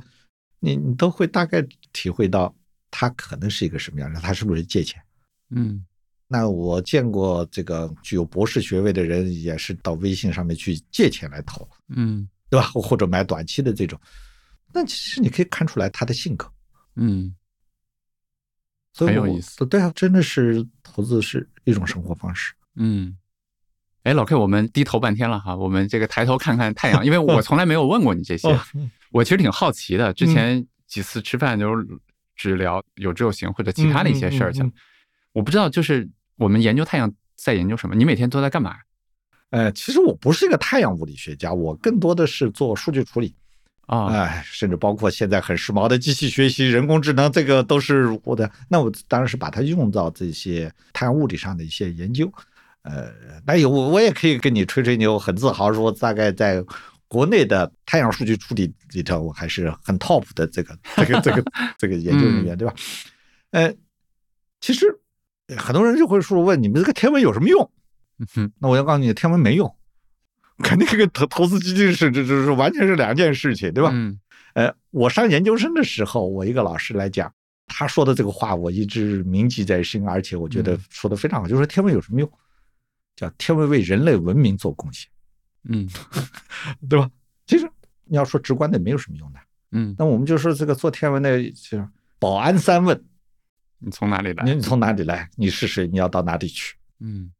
Speaker 2: 你你都会大概体会到他可能是一个什么样的，他是不是借钱，
Speaker 1: 嗯，
Speaker 2: 那我见过这个具有博士学位的人，也是到微信上面去借钱来投，
Speaker 1: 嗯，
Speaker 2: 对吧？ <laughs> 或者买短期的这种。那其实你可以看出来他的性格，
Speaker 1: 嗯，
Speaker 2: 所以
Speaker 1: 很有
Speaker 2: 我
Speaker 1: 意思。
Speaker 2: 对啊，真的是投资是一种生活方式。
Speaker 1: 嗯。哎，老 K，我们低头半天了哈，我们这个抬头看看太
Speaker 2: <laughs>
Speaker 1: 阳，因为我从来没有问过你这些，
Speaker 2: 哦
Speaker 1: 我其实挺好奇
Speaker 2: 嗯
Speaker 1: 的。之前几次吃饭就是只聊有志有行或者其他的一些事儿去了
Speaker 2: 嗯嗯嗯
Speaker 1: 我不知道就是我们研究太阳在研究什么，你每天都在干嘛？
Speaker 2: 呃，其实我不是一个太阳物理学家，我更多的是做数据处理，
Speaker 1: 啊、
Speaker 2: 哎、甚至包括现在很时髦的机器学习、人工智能，这个都是我的。那我当然是把它用到这些太阳物理上的一些研究。呃，那有我我也可以跟你吹吹牛，很自豪说，大概在国内的太阳数据处理里头，我还是很 top 的这个这个
Speaker 1: <laughs>
Speaker 2: 这个这个研究人
Speaker 1: 嗯
Speaker 2: 员，对吧？呃，其实呃很多人就会说问你们这个天文有什么用？
Speaker 1: 嗯哼
Speaker 2: 那我要告诉你，天文没用， <laughs> 跟那个投投资基金是这这是完全是两件事情，对吧？
Speaker 1: 嗯
Speaker 2: 呃，我上研究生的时候，我一个老师来讲，他说的这个话，我一直铭记在心，而且我觉得
Speaker 1: 嗯
Speaker 2: 说的非常好，就是说天文有什么用？叫天文为人类文明做贡献，
Speaker 1: <laughs> 嗯
Speaker 2: 对吧？其实你要说直观的，没有什么用的。
Speaker 1: 嗯，
Speaker 2: 那我们就说这个做天文的，就是保安三问：
Speaker 1: 你从哪里来？
Speaker 2: 你从哪里来？你是谁？你要到哪里去？
Speaker 1: 嗯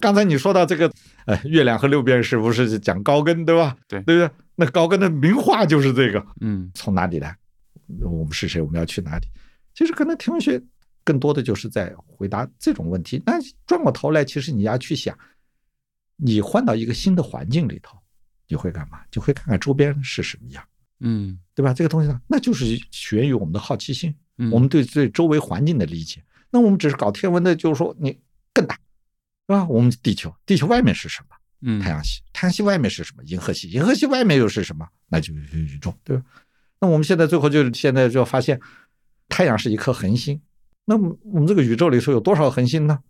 Speaker 2: 刚才你说到这个，呃，月亮和六便士不是讲高更，对吧？
Speaker 1: 对
Speaker 2: 对不对？那高更的名话就是这个，
Speaker 1: 嗯
Speaker 2: 从哪里来，我们是谁，我们要去哪里。其实可能天文学更多的就是在回答这种问题。那转过头来，其实你要去想，你换到一个新的环境里头，你会干嘛？就会看看周边是什么样，
Speaker 1: 嗯
Speaker 2: 对吧？这个东西呢，那就是取源于我们的好奇心，
Speaker 1: 嗯，
Speaker 2: 我们对对周围环境的理解。那我们只是搞天文的，就是说你更大，是吧？我们地球，地球外面是什么？
Speaker 1: 嗯
Speaker 2: 太阳系，太阳系外面是什么？银河系，银河系外面又是什么？那就是宇宙，对吧？那我们现在最后就现在就发现，太阳是一颗恒星。那么我们这个宇宙里头有多少恒星呢？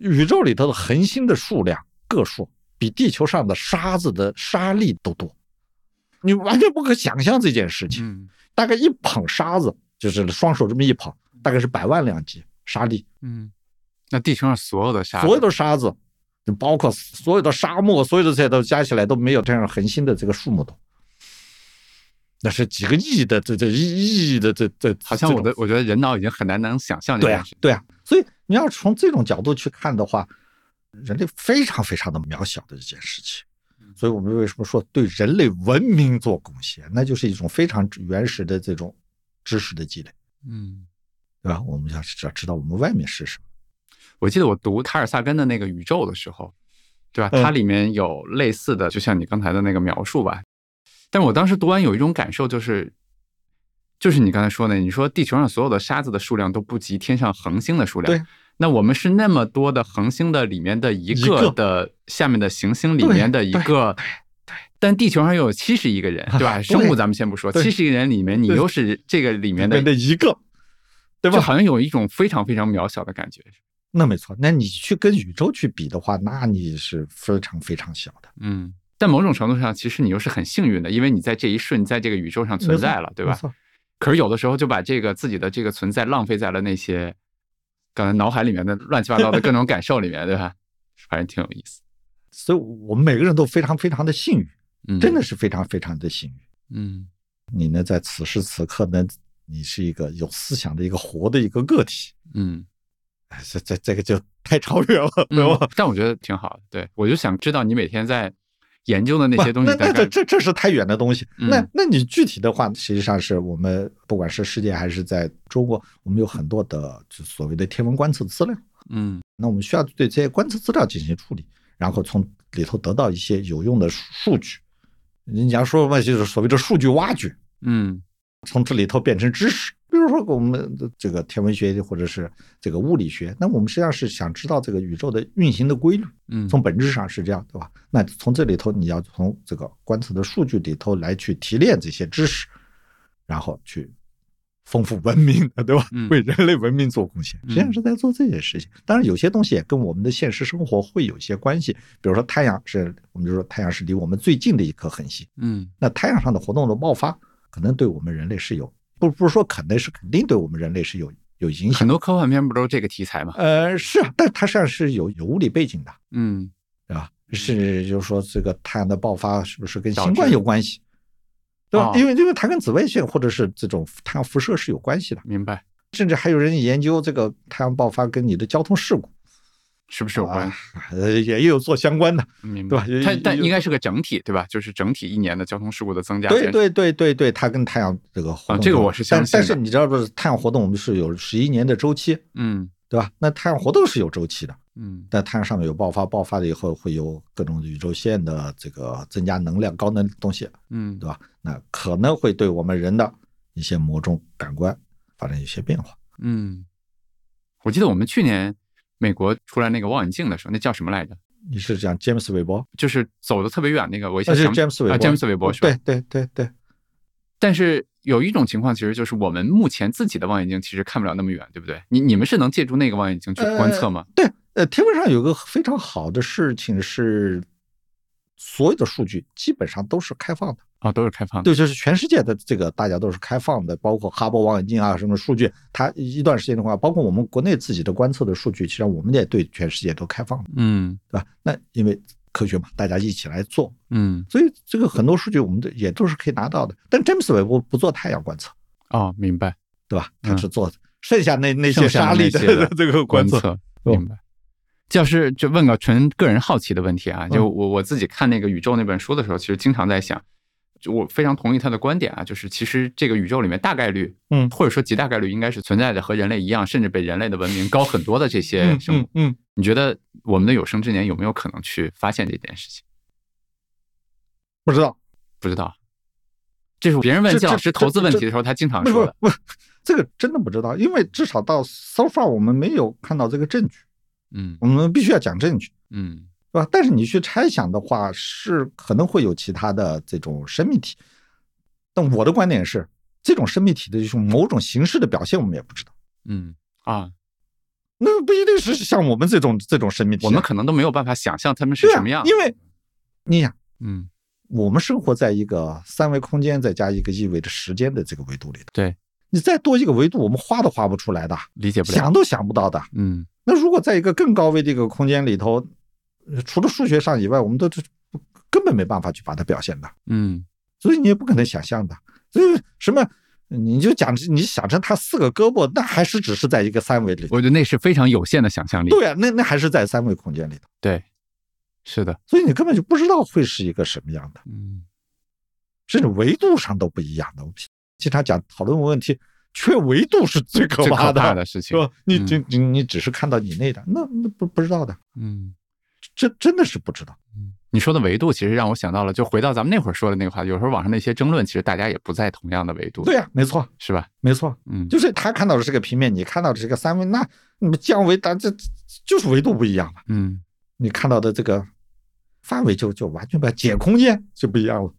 Speaker 2: 宇宙里头的恒星的数量个数比地球上的沙子的沙粒都多，你完全不可想象这件事情。
Speaker 1: 嗯
Speaker 2: 大概一捧沙子，就是双手这么一捧，大概是百万两级沙粒，
Speaker 1: 嗯，那地球上所有的沙子，
Speaker 2: 所有的沙子，就包括所有的沙漠，所有的这些都加起来都没有这样恒星的这个数目多。那是几个亿的，这这亿亿的，这这
Speaker 1: 好像我
Speaker 2: 这
Speaker 1: 的
Speaker 2: 种
Speaker 1: 我觉得人脑已经很难能想象这
Speaker 2: 对啊
Speaker 1: 件事。，
Speaker 2: 对啊。所以你要从这种角度去看的话，人类非常非常的渺小的一件事情。
Speaker 1: 嗯
Speaker 2: 所以我们为什么说对人类文明做贡献，那就是一种非常原始的这种知识的积累，
Speaker 1: 嗯，
Speaker 2: 对吧？我们要要知道我们外面是什么。
Speaker 1: 我记得我读卡尔萨根的那个宇宙的时候，对吧？
Speaker 2: 嗯
Speaker 1: 它里面有类似的，就像你刚才的那个描述吧。但我当时读完有一种感受，就是，就是你刚才说的，你说地球上所有的沙子的数量都不及天上恒星的数量。
Speaker 2: 对。
Speaker 1: 那我们是那么多的恒星的里面的一
Speaker 2: 一
Speaker 1: 个
Speaker 2: 个
Speaker 1: 的下面的行星里
Speaker 2: 对
Speaker 1: 面的一
Speaker 2: 对
Speaker 1: 个，但地球上又有七十亿个人，对吧？生物
Speaker 2: <laughs> 对
Speaker 1: 咱们先不说，
Speaker 2: 对
Speaker 1: 七十亿人里面你
Speaker 2: 对
Speaker 1: 又是这个里面的
Speaker 2: 人的一个，对吧
Speaker 1: 就？好像有一种非常非常渺小的感觉。
Speaker 2: 那没错，那你去跟宇宙去比的话，那你是非常非常小的，
Speaker 1: 嗯，但某种程度上，其实你又是很幸运的，因为你在这一瞬，在这个宇宙上存在了，对
Speaker 2: 没
Speaker 1: 吧？
Speaker 2: 错，
Speaker 1: 可是有的时候就把这个自己的这个存在浪费在了那些刚才脑海里面的乱七八糟的各种感受里面，对
Speaker 2: <laughs>
Speaker 1: 吧？反正挺有意思。
Speaker 2: 所以我们每个人都非常非常的幸运，
Speaker 1: 嗯，
Speaker 2: 真的，是非常非常的幸运。
Speaker 1: 嗯
Speaker 2: 你呢，在此时此刻呢，你是一个有思想的一个活的一个个体，
Speaker 1: 嗯，
Speaker 2: 哎这这这个就太超越了，对吧？
Speaker 1: 嗯但我觉得挺好的。对我就想知道你每天在研究的那些东
Speaker 2: 不
Speaker 1: 西大
Speaker 2: 那那这
Speaker 1: 概
Speaker 2: 这这是太远的东西。
Speaker 1: 嗯
Speaker 2: 那那你具体的话，实际上是我们不管是世界还是在中国，我们有很多的就所谓的天文观测资料。
Speaker 1: 嗯
Speaker 2: 那我们需要对这些观测资料进行处理，然后从里头得到一些有用的数数据。你要说嘛，就是所谓的数据挖掘，
Speaker 1: 嗯
Speaker 2: 从这里头变成知识。比如说我们的这个天文学或者是这个物理学，那我们实际上是想知道这个宇宙的运行的规律，
Speaker 1: 嗯，
Speaker 2: 从本质上是这样，对吧？那从这里头你要从这个观测的数据里头来去提炼这些知识，然后去丰富文明 <laughs> 的，对吧
Speaker 1: 嗯？
Speaker 2: 为人类文明做贡献，
Speaker 1: 嗯
Speaker 2: 实际上是在做这件事情。当然，有些东西也跟我们的现实生活会有一些关系，比如说太阳是，我们就说太阳是离我们最近的一颗恒星，
Speaker 1: 嗯
Speaker 2: 那太阳上的活动的爆发，可能对我们人类是有，不不是说可能是肯定对我们人类是有有影响。
Speaker 1: 很多科幻片不都是这个题材嘛？
Speaker 2: 呃，是啊，但它实际上是有有物理背景的。
Speaker 1: 嗯
Speaker 2: 对吧？啊是就是说这个太阳的爆发是不是跟
Speaker 1: 导
Speaker 2: 新冠
Speaker 1: 致
Speaker 2: 有关系？对吧
Speaker 1: 哦？
Speaker 2: 因为因为它跟紫外线或者是这种太阳辐射是有关系的，
Speaker 1: 明白，
Speaker 2: 甚至还有人研究这个太阳爆发跟你的交通事故
Speaker 1: 是不是有关？
Speaker 2: 呃，也也有做相关的。
Speaker 1: 明
Speaker 2: 对
Speaker 1: 白
Speaker 2: 吧有，
Speaker 1: 但但
Speaker 2: 有
Speaker 1: 应该是个整体对吧？就是整体一年的交通事故的增加。
Speaker 2: 对对对对对，它跟太阳这个活
Speaker 1: 啊
Speaker 2: 动
Speaker 1: 这个
Speaker 2: 有
Speaker 1: 我是相
Speaker 2: 但
Speaker 1: 信
Speaker 2: 但是
Speaker 1: 的
Speaker 2: 你知道不是太阳活动，我们是有十一年的周期，
Speaker 1: 嗯
Speaker 2: 对吧？那太阳活动是有周期的，
Speaker 1: 嗯
Speaker 2: 但太阳上面有爆发，爆发了以后会有各种宇宙线的这个增加能量、高能东西，
Speaker 1: 嗯
Speaker 2: 对吧？那可能会对我们人的一些某种感官发生一些变化。
Speaker 1: 嗯，我记得我们去年美国出来那个望远镜的时候，那叫什么来着？
Speaker 2: 你是讲詹姆斯韦伯？
Speaker 1: 就是走的特别远那个，我一下
Speaker 2: 那是
Speaker 1: 想
Speaker 2: 詹姆斯韦
Speaker 1: 啊，
Speaker 2: 伯，
Speaker 1: 詹姆斯韦伯是吧？
Speaker 2: 对对对对，
Speaker 1: 但是有一种情况，其实就是我们目前自己的望远镜其实看不了那么远，对不对？你你们是能借助那个望远镜去观测吗？
Speaker 2: 对，呃，天文上有个非常好的事情是，所有的数据基本上都是开放的，
Speaker 1: 啊、都是开放的。
Speaker 2: 对，就是全世界的这个大家都是开放的，包括哈勃望远镜啊，什么数据，它一段时间的话，包括我们国内自己的观测的数据，其实我们也对全世界都开放的，
Speaker 1: 嗯
Speaker 2: 对吧？那因为科学嘛，大家一起来做，
Speaker 1: 嗯，
Speaker 2: 所以这个很多数据我们的也都是可以拿到的。但詹姆斯韦伯不做太阳观测，
Speaker 1: 哦，明白。
Speaker 2: 对吧？
Speaker 1: 嗯
Speaker 2: 他只做剩下那那些
Speaker 1: 剩下
Speaker 2: 沙
Speaker 1: 的那
Speaker 2: 粒
Speaker 1: 些的
Speaker 2: 这个观测。
Speaker 1: 测，明白。就是就问个纯个人好奇的问题啊，就
Speaker 2: 嗯
Speaker 1: 我我自己看那个宇宙那本书的时候，其实经常在想，就我非常同意他的观点啊，就是其实这个宇宙里面大概率，
Speaker 2: 嗯
Speaker 1: 或者说极大概率应该是存在着和人类一样，甚至比人类的文明高很多的这些
Speaker 2: 嗯
Speaker 1: 生物。
Speaker 2: 嗯嗯，
Speaker 1: 你觉得我们的有生之年有没有可能去发现这件事情？
Speaker 2: 不知道，
Speaker 1: 不知道，啊这是别人问
Speaker 2: 这
Speaker 1: 季老
Speaker 2: 这
Speaker 1: 师
Speaker 2: 这
Speaker 1: 投资问
Speaker 2: 这
Speaker 1: 题的时候，他经常
Speaker 2: 不是不
Speaker 1: 说
Speaker 2: 是
Speaker 1: 的。
Speaker 2: 不是， <laughs> 这个真的不知道，因为至少到 so far 我们没有看到这个证据，
Speaker 1: 嗯
Speaker 2: 我们必须要讲证据，
Speaker 1: 嗯
Speaker 2: 对吧？但是你去猜想的话，是可能会有其他的这种生命体。但我的观点是，这种生命体的一种某种形式的表现，我们也不知道。
Speaker 1: 嗯啊，
Speaker 2: 那不一定是像我们这种这种生命体啊，
Speaker 1: 我们可能都没有办法想象他们是
Speaker 2: 对啊
Speaker 1: 什么样。
Speaker 2: 因为你想，
Speaker 1: 嗯
Speaker 2: 我们生活在一个三维空间再加一个意味着时间的这个维度里头，
Speaker 1: 对
Speaker 2: 你再多一个维度，我们画都画不出来的，
Speaker 1: 理解不了。
Speaker 2: 想都想不到的。
Speaker 1: 嗯
Speaker 2: 那如果在一个更高维的一个空间里头，呃除了数学上以外，我们都这根本没办法去把它表现的，
Speaker 1: 嗯
Speaker 2: 所以你也不可能想象的。所以什么？你就讲，你想成它四个胳膊，那还是只是在一个三维里头。
Speaker 1: 我觉得那是非常有限的想象力。
Speaker 2: 对啊，那那还是在三维空间里头，
Speaker 1: 对，是的。
Speaker 2: 所以你根本就不知道会是一个什么样的。
Speaker 1: 嗯
Speaker 2: 甚至维度上都不一样的。我们经常讲讨论问题，缺维度是最可
Speaker 1: 最
Speaker 2: 怕
Speaker 1: 可
Speaker 2: 的，
Speaker 1: 怕的事情
Speaker 2: 是。吧？你
Speaker 1: 嗯
Speaker 2: 就你你只是看到你内的，那那不不知道的，
Speaker 1: 嗯。
Speaker 2: 真真的是不知道。
Speaker 1: 你说的维度，其实让我想到了，就回到咱们那会儿说的那个话题。有时候网上那些争论，其实大家也不在同样的维度，
Speaker 2: 对呀、没错，
Speaker 1: 是吧？
Speaker 2: 没错，
Speaker 1: 嗯，
Speaker 2: 就是他看到的是个平面，你看到的是个三维，那你们降维，咱这这就是维度不一样了。
Speaker 1: 嗯，
Speaker 2: 你看到的这个范围就就完全不一样，解空间就不一样了。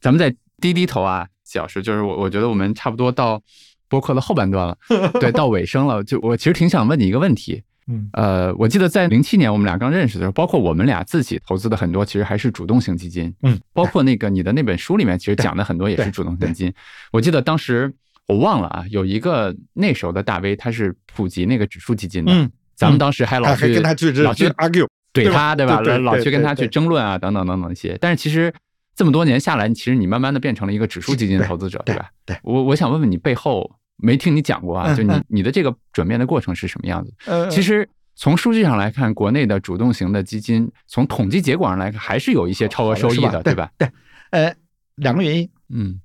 Speaker 1: 咱们再低低头啊，季老师，就是我我觉得我们差不多到播客的后半
Speaker 2: <laughs>
Speaker 1: 段了，对，到尾声了。就我其实挺想问你一个问题，
Speaker 2: 嗯
Speaker 1: 呃，我记得在零七年我们俩刚认识的时候，包括我们俩自己投资的很多，其实还是主动型基金，
Speaker 2: 嗯，
Speaker 1: 包括那个你的那本书里面，其
Speaker 2: <laughs>
Speaker 1: 实讲的很多也是主动型基金。我记得当时我忘了啊，有一个那时候的大 V，他是普及那个指数基金的，
Speaker 2: 嗯，
Speaker 1: 咱们当时还老
Speaker 2: 还还
Speaker 1: 去
Speaker 2: 跟他去
Speaker 1: 老
Speaker 2: 去
Speaker 1: 去
Speaker 2: argue，
Speaker 1: 怼
Speaker 2: 对
Speaker 1: 他，
Speaker 2: 吧
Speaker 1: 对吧？
Speaker 2: 对对
Speaker 1: 老老去
Speaker 2: 对
Speaker 1: 跟他
Speaker 2: 对
Speaker 1: 去争论啊，等等等等一些。但是其实这么多年下来，其实你慢慢的变成了一个指数基金
Speaker 2: 对
Speaker 1: 投资者，
Speaker 2: 对
Speaker 1: 吧？
Speaker 2: 对
Speaker 1: 我我想问问你背后没听你讲过啊，
Speaker 2: 嗯
Speaker 1: 就你
Speaker 2: 嗯
Speaker 1: 你的这个转变的过程是什么样子？
Speaker 2: 呃，
Speaker 1: 其实从数据上来看，国内的主动型的基金，从统计结果上来看，还是有一些超额收益
Speaker 2: 哦好
Speaker 1: 的，
Speaker 2: 了是吧
Speaker 1: 对吧？
Speaker 2: 呃，两个原因，
Speaker 1: 嗯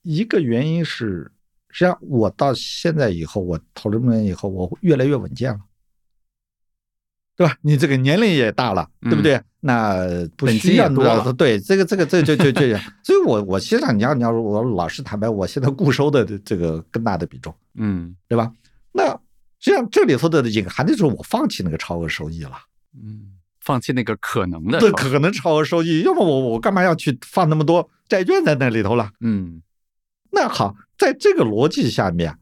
Speaker 2: 一个原因是，实际上我到现在以后，我投了这么多年以后，我越来越稳健了，对吧？你这个年龄也大了，对不对？那不
Speaker 1: 嗯本金
Speaker 2: 需
Speaker 1: 也
Speaker 2: 要那么
Speaker 1: 多了
Speaker 2: 对，这个这个这这
Speaker 1: <laughs>
Speaker 2: 这这，所以我我现在你要你要说我老实坦白，我现在固收的这个更大的比重，
Speaker 1: 嗯
Speaker 2: 对吧？那实际上这里头的隐含的就是我放弃那个超额收益了。
Speaker 1: 嗯，放弃那个可能的
Speaker 2: 对，
Speaker 1: 超
Speaker 2: 可能超额收益，要么我我干嘛要去放那么多债券在那里头了？
Speaker 1: 嗯
Speaker 2: 那好，在这个逻辑下面，啊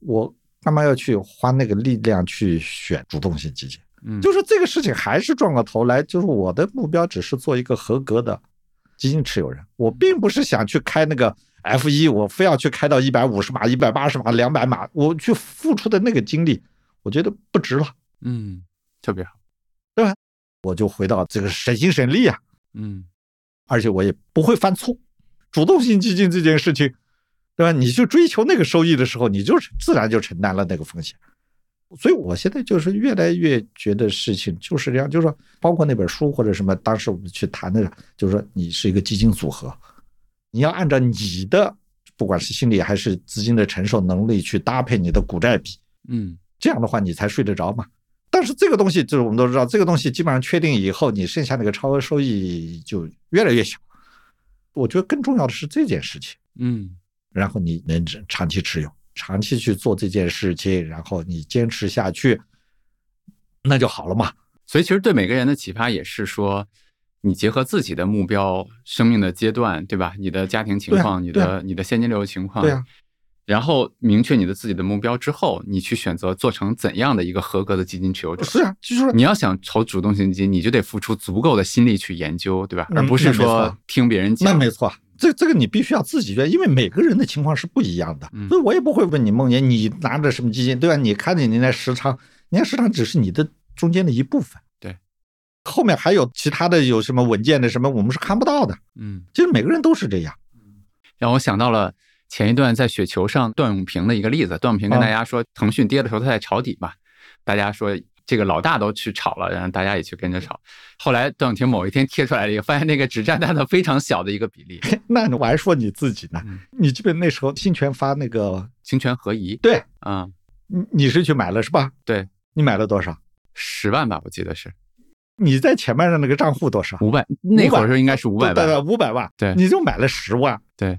Speaker 2: 我干嘛要去花那个力量去选主动性基金？
Speaker 1: 嗯，
Speaker 2: 就是是这个事情还是转过头来，就是我的目标只是做一个合格的基金持有人，我并不是想去开那个 F 一，我非要去开到一百五十码、一百八十码、两百码，我去付出的那个精力，我觉得不值了。
Speaker 1: 嗯，特别好，
Speaker 2: 我就回到这个省心省力啊，
Speaker 1: 嗯
Speaker 2: 而且我也不会犯错。主动性基金这件事情，对吧？你去追求那个收益的时候，你就自然就承担了那个风险。所以我现在就是越来越觉得事情就是这样，就是说，包括那本书或者什么，当时我们去谈的，就是说你是一个基金组合，你要按照你的不管是心理还是资金的承受能力去搭配你的股债比，
Speaker 1: 嗯
Speaker 2: 这样的话你才睡得着嘛。但是这个东西就是我们都知道，这个东西基本上确定以后，你剩下那个超额收益就越来越小。我觉得更重要的是这件事情，
Speaker 1: 嗯
Speaker 2: 然后你能长期持有，长期去做这件事情，然后你坚持下去，那就好了嘛。
Speaker 1: 所以其实对每个人的启发也是说，你结合自己的目标、生命的阶段，对吧？你的家庭情
Speaker 2: 对啊
Speaker 1: 况、你
Speaker 2: 对啊
Speaker 1: 的你的现金流情况，
Speaker 2: 对啊，
Speaker 1: 然后明确你的自己的目标之后，你去选择做成怎样的一个合格的基金持有者。
Speaker 2: 是啊，就是 <laughs> 说
Speaker 1: 你要想投主动型基金，你就得付出足够的心力去研究，对吧？
Speaker 2: 嗯
Speaker 1: 而不是
Speaker 2: 那没错
Speaker 1: 说听别人
Speaker 2: 那
Speaker 1: 讲。
Speaker 2: 没错，这这个你必须要自己决定，因为每个人的情况是不一样的
Speaker 1: 嗯。
Speaker 2: 所以我也不会问你梦妍，你拿着什么基金，对吧？你看见你那时长，你那时长只是你的中间的一部分，
Speaker 1: 对，
Speaker 2: 后面还有其他的有什么文件的什么，我们是看不到的。
Speaker 1: 嗯，
Speaker 2: 其实每个人都是这样， <laughs>
Speaker 1: 让我想到了前一段在雪球上段永平的一个例子。段永平跟
Speaker 2: 啊
Speaker 1: 大家说，腾讯跌的时候他在抄底嘛，大家说这个老大都去炒了，然后大家也去跟着炒。后来段永平某一天贴出来了一个，发现那个只占他的非常小的一个比例，
Speaker 2: 那我还说你自己呢
Speaker 1: 嗯，
Speaker 2: 你基本那时候新权发那个，
Speaker 1: 侵权合一。
Speaker 2: 对
Speaker 1: 啊，
Speaker 2: 你你是去买了是吧？
Speaker 1: 对，
Speaker 2: 你买了多少？
Speaker 1: 十万吧，我记得是
Speaker 2: 你在前面的那个账户多少？
Speaker 1: 五百，那会儿是应该是五百
Speaker 2: 对
Speaker 1: 万。
Speaker 2: 对，五百万，
Speaker 1: 对
Speaker 2: 你就买了十万，
Speaker 1: 对，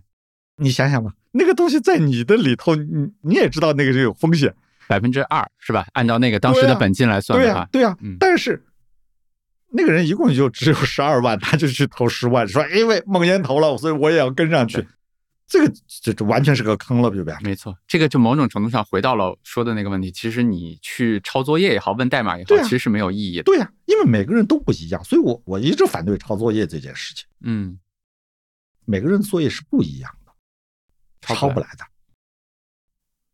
Speaker 2: 你想想吧，那个东西在你的里头，你你也知道那个是有风险，
Speaker 1: 百分之二是吧？按照那个当时
Speaker 2: 对
Speaker 1: 的
Speaker 2: 啊
Speaker 1: 本金来算
Speaker 2: 对
Speaker 1: 的
Speaker 2: 呀、
Speaker 1: 话，
Speaker 2: 对呀、
Speaker 1: 嗯
Speaker 2: 但是那个人一共就只有十二万，他就去投十万，说哎因为梦烟投了，所以我也要跟上去，这个这这完全是个坑了，对不对？
Speaker 1: 没错，这个就某种程度上回到了说的那个问题。其实你去抄作业也好，问代码也好，
Speaker 2: 对啊
Speaker 1: 其实是没有意义的。
Speaker 2: 对呀、因为每个人都不一样，所以我我一直反对抄作业这件事情，
Speaker 1: 嗯，
Speaker 2: 每个人作业是不一样的，
Speaker 1: 抄不
Speaker 2: 抄
Speaker 1: 来
Speaker 2: 不来的。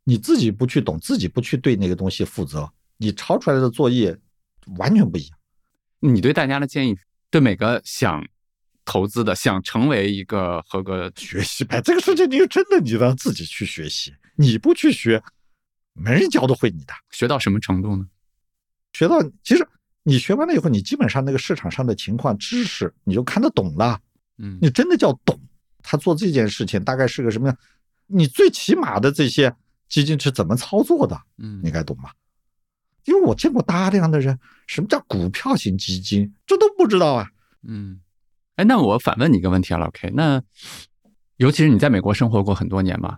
Speaker 2: 你自己不去懂，自己不去对那个东西负责，你抄出来的作业完全不一样。
Speaker 1: 你对大家的建议，对每个想投资的、想成为一个合格，
Speaker 2: 学习呗，这个事情你真的你要自己去学习，你不去学，没人教得会你的。
Speaker 1: 学到什么程度呢？
Speaker 2: 学到其实你学完了以后，你基本上那个市场上的情况知识你就看得懂了，
Speaker 1: 嗯
Speaker 2: 你真的叫懂。他做这件事情大概是个什么样？你最起码的这些基金是怎么操作的，
Speaker 1: 嗯
Speaker 2: 你该懂吧？因为我见过大量的人，什么叫股票型基金，这都不知道啊。
Speaker 1: 嗯，哎，那我反问你一个问题啊，老 K，那尤其是你在美国生活过很多年嘛，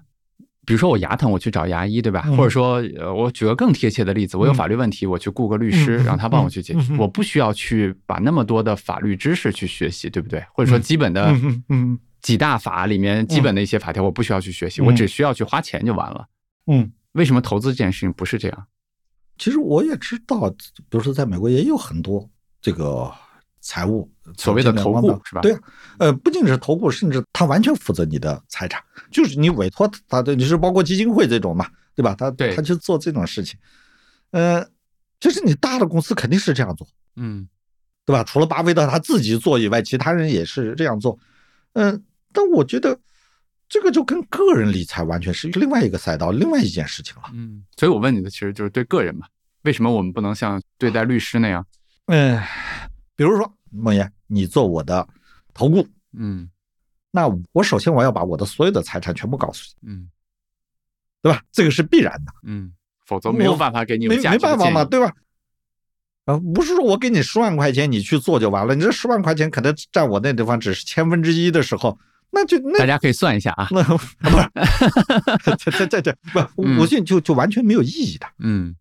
Speaker 1: 比如说我牙疼，我去找牙医，对吧？
Speaker 2: 嗯
Speaker 1: 或者说，呃，我举个更贴切的例子，我有
Speaker 2: 嗯
Speaker 1: 法律问题，我去雇个律师，
Speaker 2: 嗯嗯
Speaker 1: 让他帮我去解决，
Speaker 2: 嗯嗯
Speaker 1: 我不需要去把那么多的法律知识去学习，对不对？或者说基本的
Speaker 2: 嗯嗯嗯
Speaker 1: 几大法里面基本的一些法条，我不需要去学习，
Speaker 2: 嗯
Speaker 1: 我只需要去花钱就完了。
Speaker 2: 嗯，
Speaker 1: 为什么投资这件事情不是这样？
Speaker 2: 其实我也知道，比如说在美国也有很多这个财务
Speaker 1: 所谓的投顾
Speaker 2: 这种
Speaker 1: 是吧
Speaker 2: 对啊，呃，不仅是投顾，甚至他完全负责你的财产，就是你委托他的，就是包括基金会这种嘛，对吧？他
Speaker 1: 对
Speaker 2: 他去做这种事情，呃，就是你大的公司肯定是这样做，
Speaker 1: 嗯
Speaker 2: 对吧？除了巴菲特他自己做以外，其他人也是这样做，嗯、但我觉得这个就跟个人理财完全是另外一个赛道，另外一件事情了。
Speaker 1: 嗯，所以我问你的其实就是对个人嘛，为什么我们不能像对待律师那样？
Speaker 2: 嗯、比如说梦妍，你做我的投顾，
Speaker 1: 嗯
Speaker 2: 那我首先我要把我的所有的财产全部告诉你，
Speaker 1: 嗯
Speaker 2: 对吧？这个是必然的，
Speaker 1: 嗯，否则没有
Speaker 2: 我
Speaker 1: 办法给你有
Speaker 2: 没
Speaker 1: 价值的
Speaker 2: 没办法
Speaker 1: 建
Speaker 2: 嘛，
Speaker 1: 议
Speaker 2: 对吧？啊，不是说我给你十万块钱，你去做就完了。你这十万块钱可能占我那地方只是千分之一的时候，那就那
Speaker 1: 大家可以算一下啊，
Speaker 2: <laughs> 那不是 <laughs> 这这这这不，
Speaker 1: 嗯
Speaker 2: 我信就就完全没有意义的。
Speaker 1: 嗯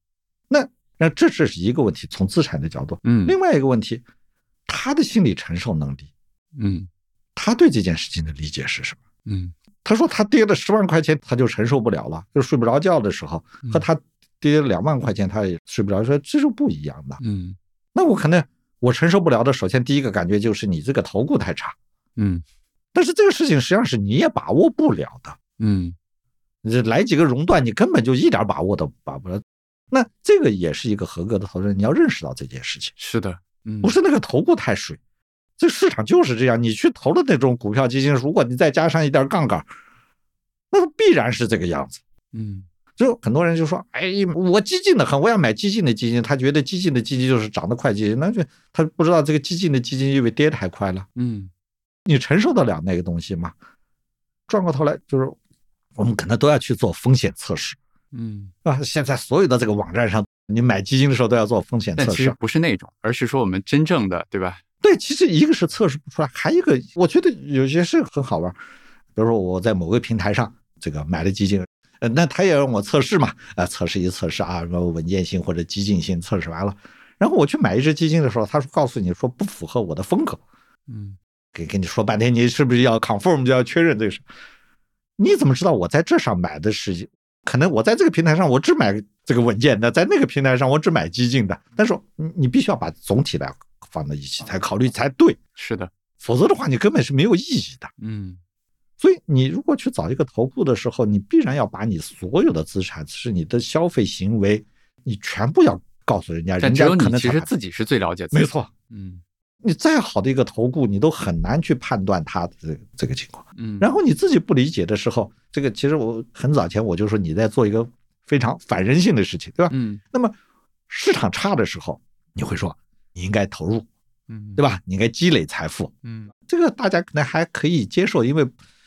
Speaker 2: 那这这是一个问题，从资产的角度；
Speaker 1: 嗯
Speaker 2: 另外一个问题，他的心理承受能力，
Speaker 1: 嗯
Speaker 2: 他对这件事情的理解是什么？
Speaker 1: 嗯
Speaker 2: 他说他跌了十万块钱，他就承受不了了，就睡不着觉的时候，和他跌了两万块钱他也睡不着，说这是不一样的。
Speaker 1: 嗯
Speaker 2: 那我可能我承受不了的，首先第一个感觉就是你这个投顾太差，
Speaker 1: 嗯
Speaker 2: 但是这个事情实际上是你也把握不了的。
Speaker 1: 嗯
Speaker 2: 你这来几个熔断，你根本就一点把握都把不了。那这个也是一个合格的投资人，你要认识到这件事情，
Speaker 1: 是的，嗯
Speaker 2: 不是那个投顾太水，这市场就是这样。你去投的那种股票基金，如果你再加上一点杠杆，那必然是这个样子。
Speaker 1: 嗯
Speaker 2: 就很多人就说：“哎，我激进的很，我要买激进的基金。”他觉得激进的基金就是涨得快基金，那就他不知道这个激进的基金因为跌太快了，
Speaker 1: 嗯
Speaker 2: 你承受得了那个东西吗？转过头来就是，我们可能都要去做风险测试。
Speaker 1: 嗯，
Speaker 2: 啊，现在所有的这个网站上，你买基金的时候都要做风险
Speaker 1: 但
Speaker 2: 测
Speaker 1: 其实
Speaker 2: 试。嗯
Speaker 1: 不是那种，而是说我们真正的对吧？
Speaker 2: 对，其实一个是测试不出来，还一个我觉得有些是很好玩儿。比如说我在某个平台上这个买了基金，呃，那他也让我测试嘛，啊，测试一测试啊，什么稳健性或者激进性测试完了，然后我去买一只基金的时候，他说告诉你说不符合我的风格，
Speaker 1: 嗯
Speaker 2: 给跟你说半天，你是不是要 confirm 就要确认这个事？你怎么知道我在这上买的是？可能我在这个平台上我只买这个稳健的，在那个平台上我只买激进的。但是你你必须要把总体来放到一起才考虑才对，
Speaker 1: 是的，
Speaker 2: 否则的话你根本是没有意义的。
Speaker 1: 嗯
Speaker 2: 所以你如果去找一个投顾的时候，你必然要把你所有的资产，是你的消费行为，你全部要告诉人家，
Speaker 1: 但
Speaker 2: 人
Speaker 1: 只
Speaker 2: 家
Speaker 1: 有
Speaker 2: 可
Speaker 1: 你
Speaker 2: 能
Speaker 1: 其
Speaker 2: 才
Speaker 1: 实
Speaker 2: 买
Speaker 1: 自己是最了解自己，
Speaker 2: 没，错。
Speaker 1: 嗯
Speaker 2: 你再好的一个投顾，你都很难去判断他的这个这个情况。
Speaker 1: 嗯，
Speaker 2: 然后你自己不理解的时候，这个其实我很早前我就说你在做一个非常反人性的事情，对吧？
Speaker 1: 嗯
Speaker 2: 那么市场差的时候，你会说你应该投入，
Speaker 1: 嗯
Speaker 2: 对
Speaker 1: 吧？
Speaker 2: 吧？你应该积累财富，
Speaker 1: 嗯
Speaker 2: 这个大家可能还可以接受，因为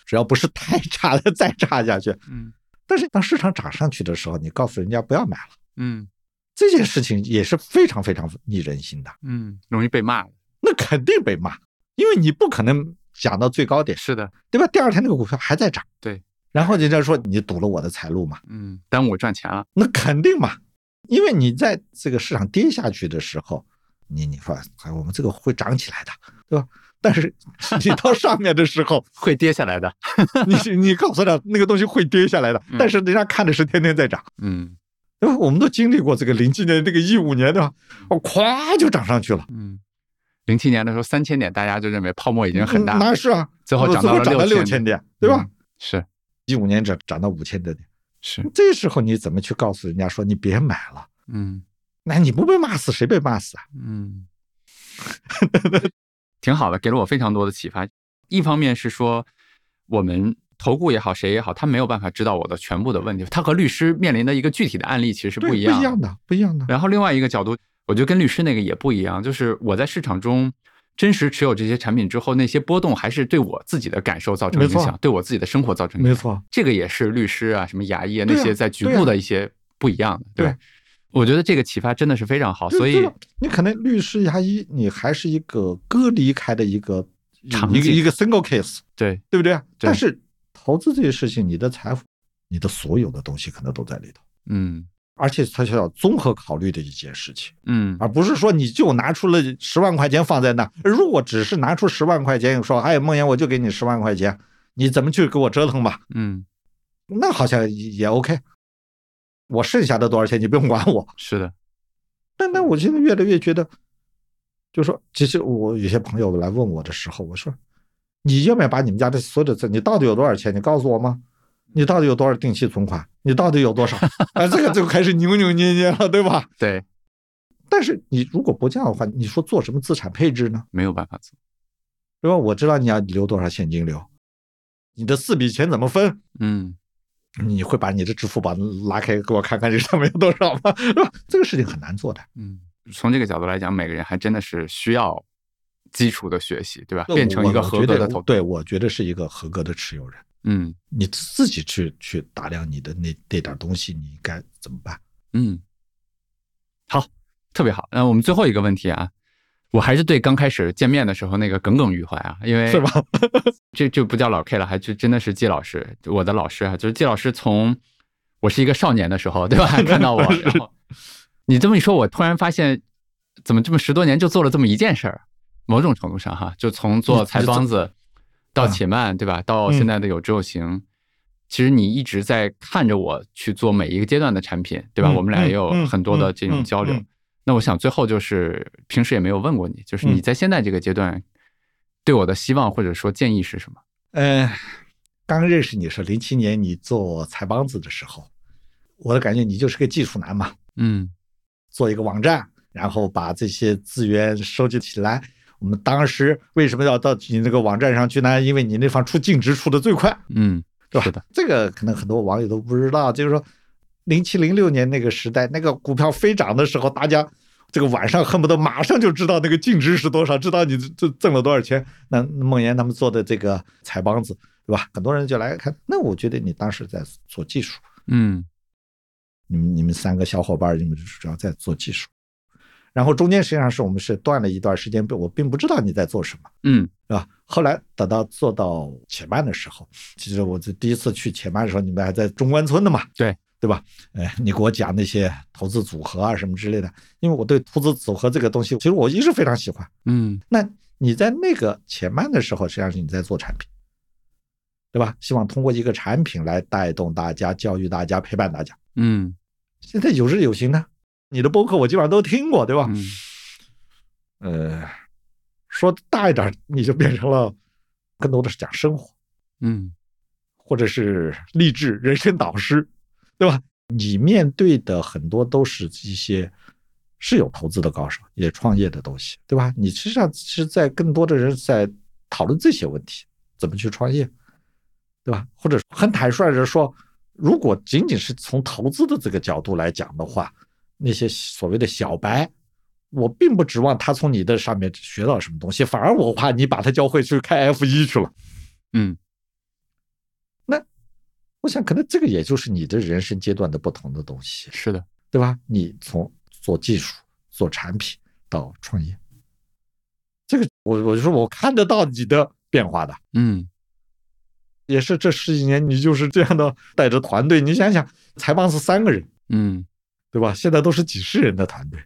Speaker 2: 只要不是太差的再差下去。
Speaker 1: 嗯
Speaker 2: 但是当市场涨上去的时候，你告诉人家不要买了，
Speaker 1: 嗯
Speaker 2: 这件事情也是非常非常逆人性的，
Speaker 1: 嗯，容易被骂，
Speaker 2: 那肯定被骂，因为你不可能讲到最高点，
Speaker 1: 是的，
Speaker 2: 对吧？第二天那个股票还在涨，
Speaker 1: 对，
Speaker 2: 然后人家说你堵了我的财路嘛。
Speaker 1: 嗯，耽误我赚钱了，
Speaker 2: 那肯定嘛，因为你在这个市场跌下去的时候，你你说哎，我们这个会涨起来的，对吧？
Speaker 1: <laughs>
Speaker 2: 但是你到上面的时候，
Speaker 1: 会跌下来的，
Speaker 2: 你你告诉他那个东西会跌下来的
Speaker 1: 嗯，
Speaker 2: 但是人家看的是天天在涨，
Speaker 1: 嗯
Speaker 2: 对吧？我们都经历过这个零七年、这个一五年，对吧？哦，咵就涨上去了，
Speaker 1: 嗯。零七年的时候，三千点，大家就认为泡沫已经很大
Speaker 2: 嗯
Speaker 1: 了，
Speaker 2: 那是啊，
Speaker 1: 最后涨到了
Speaker 2: 最后
Speaker 1: 6000
Speaker 2: 六千点，对吧
Speaker 1: 嗯？是
Speaker 2: 一五年涨涨到五千多点，
Speaker 1: 是，
Speaker 2: 这时候你怎么去告诉人家说你别买了？
Speaker 1: 嗯
Speaker 2: 那你不被骂死，谁被骂死啊？
Speaker 1: 嗯， <laughs> 挺好的，给了我非常多的启发。一方面是说，我们投顾也好，谁也好，他没有办法知道我的全部的问题，他和律师面临的一个具体的案例其实是
Speaker 2: 对
Speaker 1: 不一样
Speaker 2: 不
Speaker 1: 的。
Speaker 2: 一样的，不一样的。
Speaker 1: 然后另外一个角度，我觉得跟律师那个也不一样，就是我在市场中真实持有这些产品之后，那些波动还是对我自己的感受造成
Speaker 2: 没
Speaker 1: 影
Speaker 2: 错
Speaker 1: 响，对我自己的生活造成影响。
Speaker 2: 没错，
Speaker 1: 这个也是律师啊、什么牙医啊
Speaker 2: 对
Speaker 1: 那
Speaker 2: 啊
Speaker 1: 些在局
Speaker 2: 对
Speaker 1: 部
Speaker 2: 啊
Speaker 1: 的一些不一样的，对吧
Speaker 2: 对
Speaker 1: 我觉得这个启发真的是非常好，
Speaker 2: 对
Speaker 1: 所
Speaker 2: 对
Speaker 1: 以
Speaker 2: 了你可能律师、牙医，你还是一个割离开的一个
Speaker 1: 场
Speaker 2: 一个
Speaker 1: 景
Speaker 2: 一个 single case，
Speaker 1: 对，
Speaker 2: 对不对啊？
Speaker 1: 对
Speaker 2: 但是投资这些事情，你的财富、你的所有的东西可能都在里头，
Speaker 1: 嗯
Speaker 2: 而且它需要综合考虑的一件事情，
Speaker 1: 嗯
Speaker 2: 而不是说你就拿出了十万块钱放在那。如果只是拿出十万块钱说，哎，梦妍，我就给你十万块钱，你怎么去给我折腾吧？
Speaker 1: 嗯，
Speaker 2: 那好像也也 OK，我剩下的多少钱你不用管我，
Speaker 1: 是的，
Speaker 2: 但
Speaker 1: 嗯
Speaker 2: 但我现在越来越觉得，就说其实我有些朋友来问我的时候，我说你要不要把你们家的所有的资，你到底有多少钱？你告诉我吗？你到底有多少定期存款？你到底有多少？ <laughs> 啊，这个就开始扭扭捏捏了，对吧？
Speaker 1: 对，
Speaker 2: 但是你如果不这样的话，你说做什么资产配置呢？
Speaker 1: 没有办法做，
Speaker 2: 对吧？我知道你要留多少现金流，你的四笔钱怎么分？
Speaker 1: 嗯
Speaker 2: 你会把你的支付宝拉开给我看看这上面有多少吗？ <laughs> 是吧这个事情很难做的。
Speaker 1: 嗯，从这个角度来讲，每个人还真的是需要基础的学习，对吧？
Speaker 2: 这
Speaker 1: 变成
Speaker 2: 我
Speaker 1: 一个
Speaker 2: 我
Speaker 1: 合
Speaker 2: 觉
Speaker 1: 格
Speaker 2: 得
Speaker 1: 的投
Speaker 2: 对我觉得是一个合格的持有人。
Speaker 1: 嗯
Speaker 2: 你自己去去打量你的那那点东西，你应该怎么办？
Speaker 1: 嗯，好，特别好。那我们最后一个问题啊，我还是对刚开始见面的时候那个耿耿于怀啊，因为
Speaker 2: 是吧？
Speaker 1: 这就不叫老 K 了，还就真的是季老师，我的老师啊，就是季老师从我是一个少年的时候，对吧？ <laughs> 看到我，然后你这么一说，我突然发现，怎么这么十多年就做了这么一件事儿？某种程度上哈，就从做
Speaker 2: 你
Speaker 1: 菜
Speaker 2: 你做
Speaker 1: 帮子到
Speaker 2: 啊嗯
Speaker 1: 且慢，对吧？到现在的有知有行，其实你一直在看着我去做每一个阶段的产品，对吧？
Speaker 2: 嗯
Speaker 1: 我们俩也有
Speaker 2: 嗯嗯
Speaker 1: 很多的这种
Speaker 2: 嗯
Speaker 1: 交流
Speaker 2: 嗯。
Speaker 1: 那我想最后就是平时也没有问过你，就是你
Speaker 2: 嗯
Speaker 1: 在现在这个阶段对我的希望或者说建议是什么？
Speaker 2: 呃，刚认识你是零七年，你做财帮子的时候，我的感觉你就是个技术男嘛，
Speaker 1: 嗯
Speaker 2: 做一个网站，然后把这些资源收集起来。我们当时为什么要到你那个网站上去呢？因为你那方出净值出的最快，
Speaker 1: 嗯，
Speaker 2: 对吧？
Speaker 1: 是的，
Speaker 2: 这个可能很多网友都不知道，就是说，零七零六年那个时代，那个股票飞涨的时候，大家这个晚上恨不得马上就知道那个净值是多少，知道你这挣了多少钱。那那孟岩他们做的这个财帮子，对吧？很多人就来看。那我觉得你当时在做技术，
Speaker 1: 嗯
Speaker 2: 你们你们三个小伙伴儿，你们主要在做技术。然后中间实际上是我们是断了一段时间，我并不知道你在做什么。
Speaker 1: 嗯
Speaker 2: 是吧？啊后来等到做到且慢的时候，其实我这第一次去且慢的时候，你们还在中关村的嘛？
Speaker 1: 对
Speaker 2: 对吧？哎，你给我讲那些投资组合啊什么之类的，因为我对投资组合这个东西，其实我一直非常喜欢。
Speaker 1: 嗯
Speaker 2: 那你在那个且慢的时候，实际上是你在做产品，对吧？希望通过一个产品来带动大家、教育大家、陪伴大家。
Speaker 1: 嗯
Speaker 2: 现在有日有行呢，你的播客我基本上都听过，对吧？
Speaker 1: 嗯
Speaker 2: 呃，说大一点，你就变成了更多的是讲生活。
Speaker 1: 嗯
Speaker 2: 或者是励志人生导师，对吧？你面对的很多都是一些是有投资的高手，也创业的东西，对吧？你实际上是在更多的人在讨论这些问题，怎么去创业，对吧？或者很坦率的说，如果仅仅是从投资的这个角度来讲的话，那些所谓的小白。我并不指望他从你的上面学到什么东西，反而我怕你把他教会去开 F 一去了。
Speaker 1: 嗯
Speaker 2: 我想，可能这个也就是你的人生阶段的不同的东西，
Speaker 1: 是的，
Speaker 2: 对吧？你从做技术、做产品到创业，这个我我就说我看得到你的变化的，
Speaker 1: 嗯
Speaker 2: 也是这十几年你就是这样的带着团队。你想想，财帮是三个人，
Speaker 1: 嗯
Speaker 2: 对吧？现在都是几十人的团队，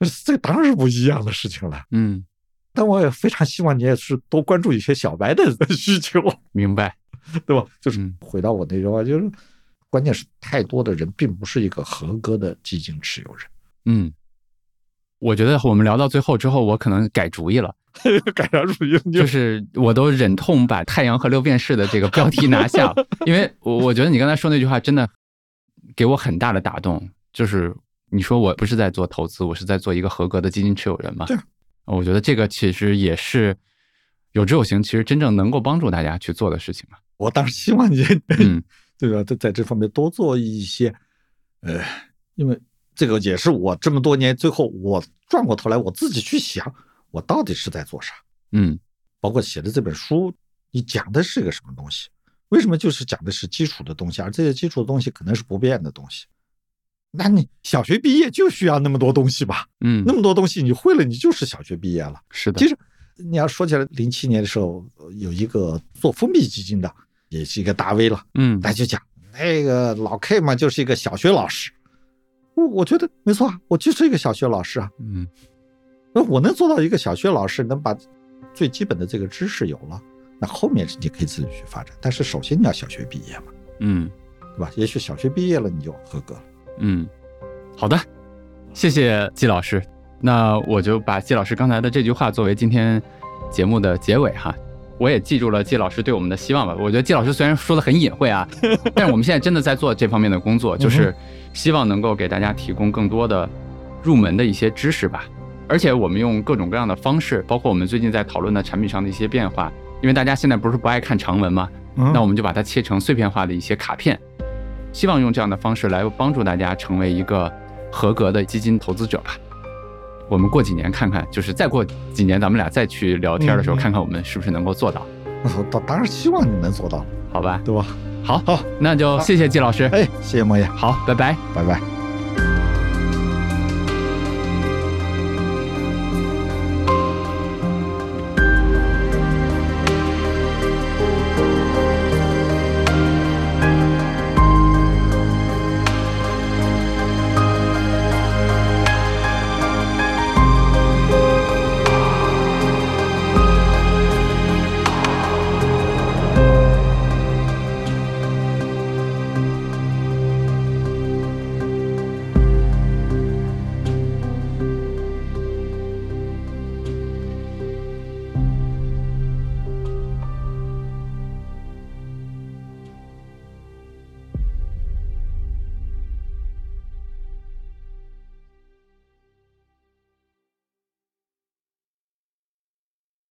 Speaker 2: 呃这当然是不一样的事情了。
Speaker 1: 嗯，
Speaker 2: 但我也非常希望你也是多关注一些小白的 <laughs> 需求，
Speaker 1: 明白，
Speaker 2: 对吧？就是
Speaker 1: 嗯
Speaker 2: 回到我那句话，就是关键是太多的人并不是一个合格的基金持有
Speaker 1: <laughs>
Speaker 2: 人。
Speaker 1: 嗯。我觉得我们聊到最后之后，我可能改主意了，
Speaker 2: 改良主义，你
Speaker 1: 就是我都忍痛把《太阳和六便士》的这个标题拿下
Speaker 2: <laughs>
Speaker 1: 了，因为我我觉得你刚才说那句话真的给我很大的打动，就是你说我不是在做投资，我是在做一个合格的基金持有人嘛
Speaker 2: 对。
Speaker 1: 我觉得这个其实也是有知有行，其实真正能够帮助大家去做的事情
Speaker 2: <laughs>
Speaker 1: 嘛。
Speaker 2: 我当时希望你
Speaker 1: <laughs> 嗯
Speaker 2: <laughs> 对吧，在在这方面多做一些，呃，因为这个也是我这么多年最后我转过头来我自己去想，我到底是在做啥，
Speaker 1: 嗯
Speaker 2: 包括写的这本书，你讲的是个什么东西？为什么就是讲的是基础的东西，而这些基础的东西可能是不变的东西？那你小学毕业就需要那么多东西吧？
Speaker 1: 嗯
Speaker 2: 那，么多东西你会了，你就是小学毕业了。
Speaker 1: 是的
Speaker 2: 其，实你要说起来，零七年的时候呃有一个做封闭基金的，也是一个大 V 了，
Speaker 1: 嗯
Speaker 2: 他就讲那个老 K 嘛，就是一个小学老师。我我觉得没错啊，我就是一个小学老师啊，
Speaker 1: 嗯
Speaker 2: 那我能做到一个小学老师，能把最基本的这个知识有了，那后面你可以自己去发展。但是首先你要小学毕业嘛，
Speaker 1: 嗯
Speaker 2: 对吧？也许小学毕业了你就合格了。
Speaker 1: 嗯，好的，谢谢季老师。那我就把季老师刚才的这句话作为今天节目的结尾哈。我也记住了季老师对我们的希望吧。我觉得季老师虽然说的很隐晦啊，但是我们现在真的在做这方面的工作，就是希望能够给大家提供更多的入门的一些知识吧。而且我们用各种各样的方式，包括我们最近在讨论的产品上的一些变化，因为大家现在不是不爱看长文嘛，
Speaker 2: 嗯
Speaker 1: 那我们就把它切成碎片化的一些卡片，希望用这样的方式来帮助大家成为一个合格的基金投资者吧。我们过几年看看，就是再过几年咱们俩再去聊天的时候，
Speaker 2: 嗯嗯
Speaker 1: 看看我们是不是能够做到，
Speaker 2: 我当当然希望你能做到，
Speaker 1: 好吧？
Speaker 2: 对吧？
Speaker 1: 好，
Speaker 2: 好，
Speaker 1: 那就谢谢季老师，
Speaker 2: 哎，谢谢莫言，
Speaker 1: 好，拜拜。
Speaker 2: 拜拜。